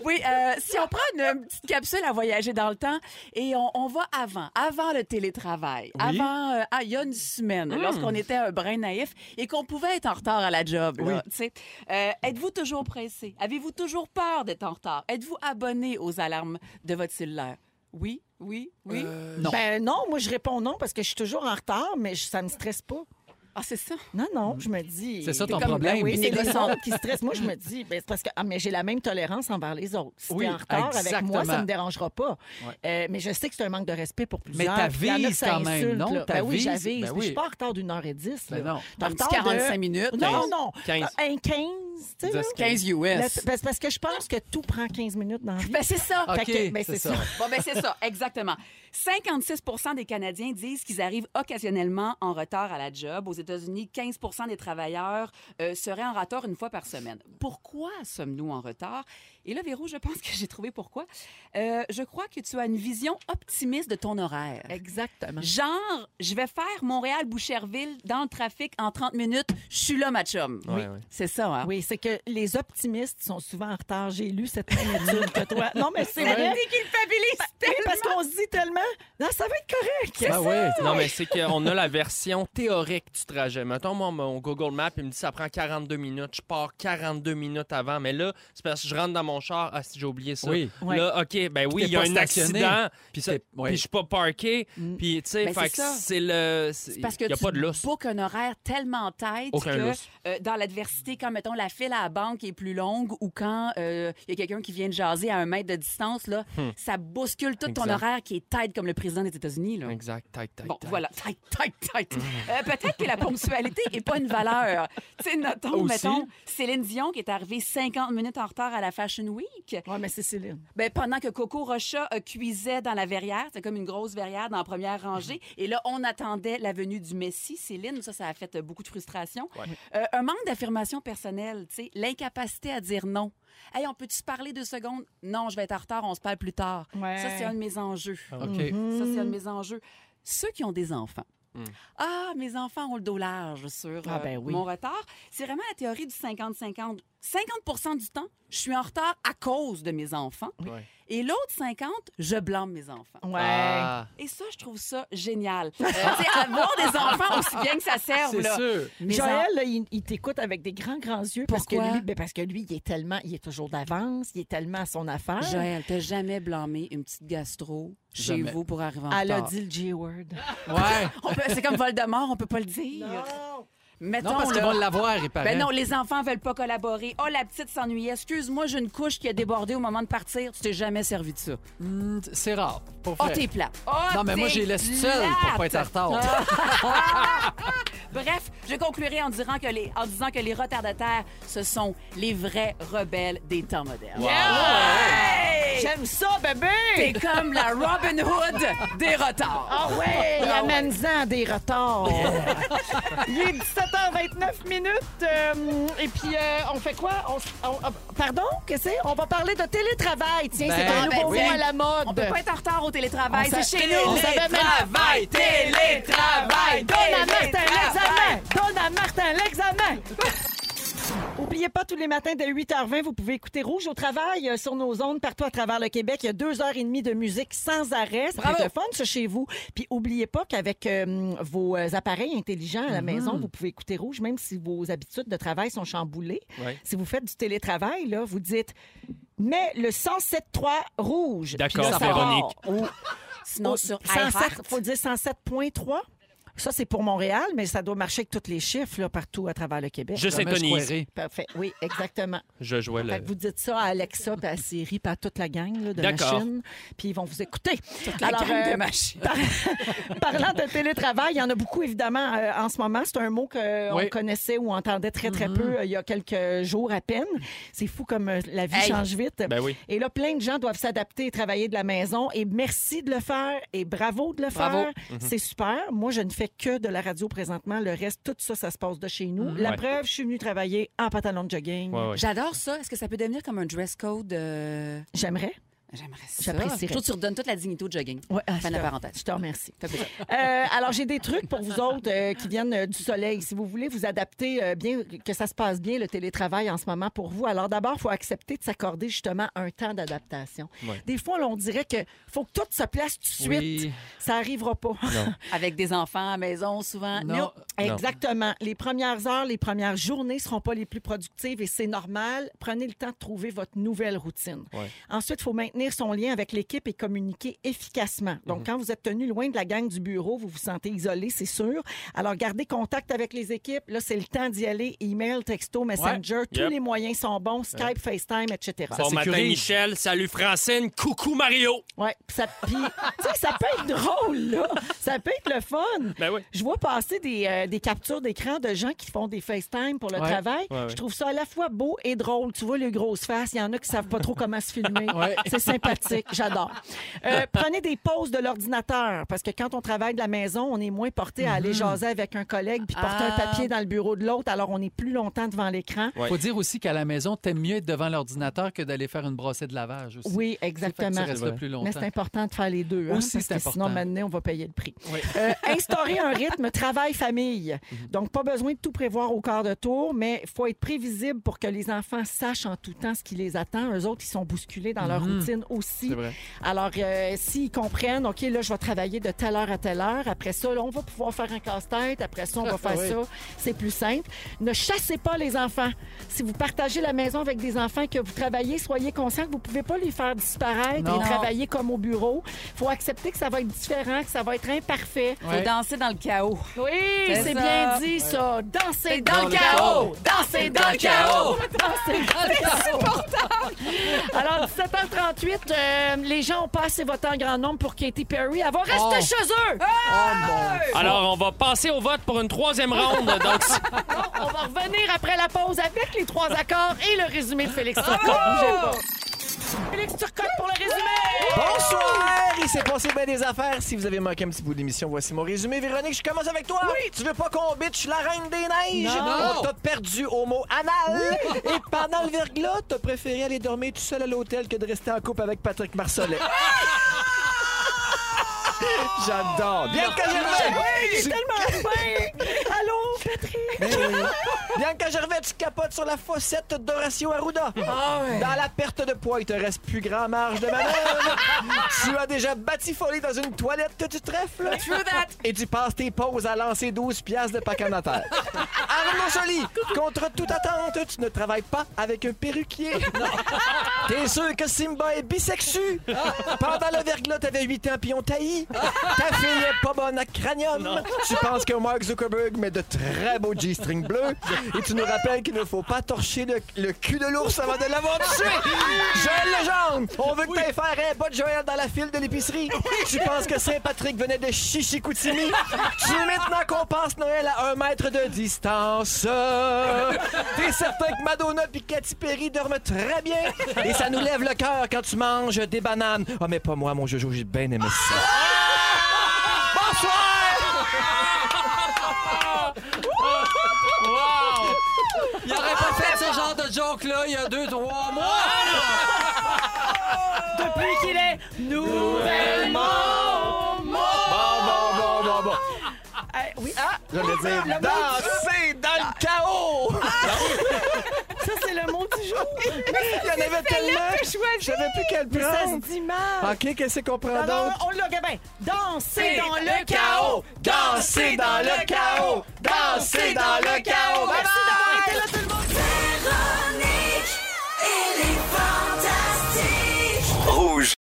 S3: Oui, euh, si on prend une, euh, petite capsule à voyager dans le temps et on, on va avant, avant le télétravail, avant, euh, ah, il y a une semaine, lorsqu'on était un brin naïf et qu'on pouvait être en retard à la job. là, tu sais. Euh, Êtes-vous toujours pressé? Avez-vous toujours peur d'être en retard? Êtes-vous abonné aux alarmes de votre cellulaire? Oui, oui, oui.
S1: Non.
S2: Ben non, moi, je réponds non parce que je suis toujours en retard, mais je- ça me stresse pas.
S3: Ah, c'est ça.
S2: Non, non, je me dis.
S1: C'est ça ton
S2: comme-
S1: problème.
S2: Ben oui,
S3: Il
S2: c'est les
S3: négocie.
S2: autres qui stressent. Moi, je me dis, ben, c'est parce que ah, mais j'ai la même tolérance envers les autres. Si
S1: Oui,
S2: t'es en retard avec moi, ça
S1: exactement.
S2: ne me dérangera pas. Euh, mais je sais que c'est un manque de respect pour
S1: Mais
S2: plusieurs.
S1: t'avises
S2: Puis il y en a que ça
S1: quand même,
S2: insulte,
S1: non?
S2: là. Ben oui,
S1: T'avises.
S2: j'avise.
S1: Ben
S2: Mais
S1: oui.
S2: Je suis pas en retard d'une heure et dix.
S1: Ben
S2: là.
S1: non.
S2: Je suis en
S3: Un petit
S2: retard de-
S3: 45 minutes.
S2: Non,
S4: Quinze.
S2: non. Ah,
S4: 15.
S2: Un 15, tu sais. là.
S3: 15
S2: La-
S3: US.
S2: ben, c'est parce que je pense que tout prend 15 minutes dans la vie.
S3: Ben, c'est ça.
S1: OK,
S2: Fait que- ben,
S1: c'est
S2: c'est
S1: ça.
S2: ça.
S3: Bon, ben c'est ça, exactement. 56 des Canadiens disent qu'ils arrivent occasionnellement en retard à la job. Aux États-Unis, 15 des travailleurs euh, seraient en retard une fois par semaine. Pourquoi sommes-nous en retard? Et là, Véro, je pense que j'ai trouvé pourquoi. Euh, je crois que tu as une vision optimiste de ton horaire.
S2: Exactement.
S3: Genre, je vais faire Montréal-Boucherville dans le trafic en 30 minutes. Je suis là, ma chum.
S4: Ouais, ouais.
S3: C'est ça, hein?
S2: Oui, c'est que les optimistes sont souvent en retard. J'ai lu cette même étude que toi. Non, mais c'est
S3: Ça
S2: vrai.
S3: déculpabilise
S2: Oui, parce qu'on se dit tellement, non, ça va être correct.
S1: Ben oui.
S4: Ah Non, mais c'est qu'on a la version théorique du trajet. Mettons, moi, mon Google Maps, il me dit ça prend 42 minutes. Je pars 42 minutes avant. Mais là, c'est parce que je rentre dans mon char. Ah, si j'ai oublié ça.
S1: Oui.
S2: Ouais.
S4: Là, OK, ben oui,
S1: t'es
S4: il y a
S1: pas
S4: un
S1: stationné.
S4: accident.
S1: Puis
S4: Puis,
S1: t'es-
S4: ça-
S1: ouais.
S4: puis je suis pas parqué. Puis, tu sais,
S3: Ben,
S4: fait
S3: c'est
S4: que
S3: ça.
S4: c'est le.
S3: C'est parce que
S4: Il n'y a
S3: tu
S4: pas de lousse.
S3: bookes un horaire tellement tête
S4: Aucun
S3: que
S4: lousse.
S3: euh, dans l'adversité, quand, mettons, la file à la banque est plus longue ou quand euh, il y a quelqu'un qui vient de jaser à un mètre de distance, là, ça bouscule tout ton
S4: Hmm. Exact.
S3: horaire qui est tête comme le président des États-Unis. Là.
S4: Exact, Hmm. tac, tac.
S3: Bon,
S4: tac.
S3: voilà, tight, tight, tight. Euh, Peut-être que la ponctualité n'est pas une valeur. Tu sais, notons,
S1: Aussi.
S3: mettons, Céline Dion qui est arrivée 50 minutes en retard à la Fashion Week.
S2: Oui, mais c'est Céline.
S3: Ben, pendant que Coco Rocha euh, cuisait dans la verrière, c'est comme une grosse verrière dans la première rangée, et là, on attendait la venue du Messie, Céline. Ça, ça a fait euh, beaucoup de frustration. Euh, un manque d'affirmation personnelle, tu sais, l'incapacité à dire non. Hey, on peut-tu se parler deux secondes? Non, je vais être en retard, on se parle plus tard.
S2: Ouais.
S3: Ça, c'est un de mes enjeux.
S1: OK.
S3: Ça,
S2: Hmm.
S3: c'est un de mes enjeux. Ceux qui ont des enfants. Ah, mes enfants ont le dos large sur
S2: Ah,
S3: euh,
S2: ben oui.
S3: mon retard. C'est vraiment la théorie du 50-50. 50 du temps, je suis en retard à cause de mes enfants.
S4: Ouais.
S3: Et l'autre 50, je blâme mes enfants.
S2: Ouais.
S4: Ah.
S3: Et ça, je trouve ça génial. Euh, tu sais, avoir des enfants aussi bien que ça serve.
S1: C'est
S3: là.
S1: sûr.
S3: Mes
S2: Joël,
S3: en-
S2: là, il, il t'écoute avec des grands, grands yeux. Parce
S3: Pourquoi?
S2: que lui, ben, parce que lui, il est tellement, il est toujours d'avance, il est tellement à son affaire.
S3: Joël, t'as jamais blâmé une petite gastro chez
S1: Jamais.
S3: vous pour arriver en
S2: Elle a
S3: retard.
S2: dit le G-word.
S1: Ouais.
S3: On peut- C'est comme Voldemort, on peut pas le dire. Mettons,
S1: Non, parce qu'ils
S3: là-
S1: vont l'avoir, il paraît.
S3: Ben non, les enfants veulent pas collaborer. Oh, la petite s'ennuyait. Excuse-moi, j'ai une couche qui a débordé au moment de partir. Tu t'es jamais servi de ça.
S1: Hmm, c'est rare. Pour
S3: Oh,
S1: vrai.
S3: t'es plate. Oh,
S1: non, mais moi, j'ai
S3: t'es
S1: laisse seul pour pas être en
S3: plate.
S1: retard.
S3: Bref, je conclurai en, dirant que les, en disant que les retardataires, ce sont les vrais rebelles des temps modernes.
S2: J'aime ça, bébé!
S3: T'es comme la Robin Hood des retards.
S2: Ah ouais! Amène-en des retards! Il est 17h29 minutes. euh, et puis, euh, on fait quoi? On s- on- on- pardon? Qu'est-ce que c'est? On va parler de télétravail. Tiens,
S1: Ben,
S2: c'est un
S1: ah,
S2: nouveau
S3: ben,
S2: mot
S3: oui.
S2: à la mode.
S3: On peut pas être en retard au télétravail,
S2: On
S3: c'est chez
S2: s'appelle-
S3: nous.
S2: on s'appelle-
S3: Télétravail, télétravail,
S2: Donne à Martin
S3: télétravail.
S2: l'examen! Donne à Martin l'examen! Oubliez pas, tous les matins dès 8h20, vous pouvez écouter Rouge au travail euh, sur nos ondes partout à travers le Québec. Il y a deux heures et demie de musique sans arrêt. C'est
S3: Bravo.
S2: le fun, ça, chez vous. Puis oubliez pas qu'avec euh, vos euh, appareils intelligents
S4: Mhm.
S2: à la maison, vous pouvez écouter Rouge, même si vos habitudes de travail sont chamboulées.
S4: Ouais.
S2: Si vous faites du télétravail, là, vous dites « Mais le 107.3 Rouge! »
S4: D'accord,
S2: Puis là, ça
S4: Véronique.
S2: part. Ou-
S3: Sinon, sur
S2: il
S3: iHeart.
S2: Oh, faut dire 107.3. Ça, c'est pour Montréal, mais ça doit marcher avec tous les chiffres là, partout à travers le Québec.
S4: Je
S1: Jamais
S4: syntonise.
S1: squaré.
S2: Parfait. Oui, exactement.
S4: Je jouais le.
S2: Fait que vous dites ça à Alexa, puis à Siri, puis à toute la gang là, de
S4: D'accord.
S2: machines, puis ils vont vous écouter.
S3: La
S2: Alors,
S3: gang
S2: euh,
S3: de machines.
S2: parlant de télétravail, il y en a beaucoup, évidemment, euh, en ce moment. C'est un mot qu'on
S1: Oui.
S2: connaissait ou entendait très, très
S4: Mm-hmm.
S2: peu euh, il y a quelques jours à peine. C'est fou comme euh, la vie
S3: Hey.
S2: change vite.
S4: Ben oui.
S2: Et là, plein de gens doivent s'adapter et travailler de la maison. Et merci de le faire et bravo de le
S3: Bravo.
S2: faire.
S4: Mm-hmm.
S2: C'est super. Moi, je ne fais que de la radio présentement. Le reste, tout ça, ça se passe de chez nous.
S4: Mm-hmm.
S2: La
S4: Ouais.
S2: preuve, je suis venue travailler en pantalon de jogging.
S4: Ouais, ouais.
S3: J'adore ça. Est-ce que ça peut devenir comme un dress code? euh,
S2: J'aimerais.
S3: J'aimerais ça.
S2: J'apprécierais.
S3: Je trouve que tu redonnes toute la dignité au jogging.
S2: Ouais, ah, je
S3: Fin de la
S2: te-
S3: parenthèse.
S2: Je te remercie.
S3: Fais plaisir.
S2: Euh, alors, j'ai des trucs pour vous autres euh, qui viennent euh, du soleil. Si vous voulez vous adapter euh, bien, que ça se passe bien, le télétravail en ce moment pour vous, alors d'abord, il faut accepter de s'accorder justement un temps d'adaptation.
S4: Ouais.
S2: Des fois, là, on dirait que faut que tout se place tout de
S1: Oui.
S2: suite. Ça arrivera pas.
S3: Avec des enfants à la maison, souvent.
S1: Non.
S3: Non.
S2: Exactement. Les premières heures, les premières journées seront pas les plus productives et c'est normal. Prenez le temps de trouver votre nouvelle routine.
S4: Ouais.
S2: Ensuite, il faut maintenir maintenir son lien avec l'équipe et communiquer efficacement. Donc,
S4: Mhm.
S2: quand vous êtes tenu loin de la gang du bureau, vous vous sentez isolé, c'est sûr. Alors, gardez contact avec les équipes. Là, c'est le temps d'y aller. Email, texto, messenger, tous
S4: Yep.
S2: les moyens sont bons. Skype, FaceTime, etc.
S1: Ça
S4: Bon matin,
S1: sécurise.
S4: Michel. Salut, Francine. Coucou, Mario.
S2: Ouais, pis ça, pis, tu sais, ça peut être drôle, là. Ça peut être le fun.
S4: Ben oui.
S2: Je vois passer des, euh, des captures d'écran de gens qui font des FaceTime pour le
S1: Ouais.
S2: travail.
S4: Ouais, ouais.
S2: Je trouve ça à la fois beau et drôle. Tu vois les grosses faces, il y en a qui savent pas trop comment se filmer.
S1: Ouais.
S2: C'est sympathique, j'adore. Euh, prenez des pauses de l'ordinateur parce que quand on travaille de la maison, on est moins porté à
S4: Mm-hmm.
S2: aller jaser avec un collègue puis porter un
S3: Ah.
S2: papier dans le bureau de l'autre. Alors, on est plus longtemps devant l'écran.
S4: Ouais.
S1: Faut dire aussi qu'à la maison, t'aimes mieux être devant l'ordinateur que d'aller faire une brossée de lavage aussi.
S2: Oui,
S1: Fait que
S2: exactement.
S1: Tu restes
S4: vrai.
S1: plus
S2: Mais
S1: longtemps.
S2: c'est important de faire les deux. hein,
S1: Aussi,
S2: parce
S1: c'est
S2: que sinon,
S1: important.
S2: maintenant, on va payer le prix.
S1: Oui.
S2: Euh, instaurer un rythme travail-famille. Donc, pas besoin de tout prévoir au quart de tour, mais il faut être prévisible pour que les enfants sachent en tout temps ce qui les attend. Eux autres, ils sont bousculés dans leur routine aussi.
S4: C'est vrai.
S2: Alors, euh, s'ils comprennent, OK, là, je vais travailler de telle heure à telle heure. Après ça, là, on va pouvoir faire un casse-tête. Après ça, on va faire
S1: Oui.
S2: ça. C'est plus simple. Ne chassez pas les enfants. Si vous partagez la maison avec des enfants que vous travaillez, soyez conscient que vous ne pouvez pas les faire disparaître
S1: Non.
S2: et travailler comme au bureau. Il faut accepter que ça va être différent, que ça va être imparfait.
S3: Faut
S1: Ouais.
S3: danser dans le chaos.
S2: Oui,
S3: C'est
S2: c'est
S3: ça.
S2: bien dit, ça. Danser dans, le chaos! Danser dans le chaos! Danser dans le chaos! Alors, 17h38, euh, les gens ont passé votre temps en grand nombre pour Katy Perry. Elle va rester
S1: Oh.
S2: chez eux!
S4: Alors, on va passer au vote pour une troisième ronde. Donc, si-
S2: Non, on va revenir après la pause avec les trois accords et le résumé de Félix Turcotte. Bougez pas. Félix Turcotte pour le résumé!
S10: Bonsoir! Il s'est passé bien des affaires. Si vous avez manqué un petit bout de l'émission, voici mon résumé. Véronique, je commence avec toi. Oui! Tu veux pas qu'on bitch la reine des neiges?
S1: Non.
S10: On t'a perdu au mot anal. Et pendant le verglas, t'as préféré aller dormir tout seul à l'hôtel que de rester en couple avec Patrick Marcellet. J'adore. Bien que Gervais! tu-
S2: Allô, Patrick?
S10: Ben oui. Bianca Gervais, tu capotes sur la fossette d'Horacio Arruda. Dans la perte de poids, il te reste plus grand marge de manœuvre. tu as déjà batifolé dans une toilette du trèfle. Et tu passes tes pauses à lancer 12 piastres de pacane à terre. Arnaud Soli, contre toute attente, tu ne travailles pas avec un perruquier. T'es sûr que Simba est bisexu? Pendant le verglas, t'avais 8 ans puis on taillit. Ta fille est pas bonne à cranium. Tu penses que Mark Zuckerberg met de très beaux G-string bleus. Et tu nous rappelles qu'il ne faut pas torcher le, le cul de l'ours avant de l'avoir tué. Joël Legendre, on veut que t'ailles faire un pas de Joël dans la file de l'épicerie. Tu penses que Saint-Patrick venait de Chichicoutimi? Tu veux maintenant qu'on passe Noël à un mètre de distance. T'es certain que Madonna puis Katy Perry dorment très bien. Et ça nous lève le cœur quand tu manges des bananes. Ah, mais pas moi, mon Jojo, j'ai bien aimé ça. Bonsoir!
S1: Il n'aurait pas fait ce genre de joke-là il y a deux, trois mois.
S2: Depuis qu'il est nouvellement
S10: Bon, bon, bon, bon, bon.
S2: Eh, oui, ah,
S10: Je vais dire danser dans le chaos!
S2: ça, c'est le mot du jour.
S10: Il y en avait tellement! Je savais plus quelle
S2: Mais ça se
S10: prendre.
S2: dit mal.
S10: Ok, qu'est-ce qu'on prend
S2: Alors,
S10: d'autre?
S2: on l'a bien. Danser dans le
S10: Danser dans le chaos! Danser dans le chaos!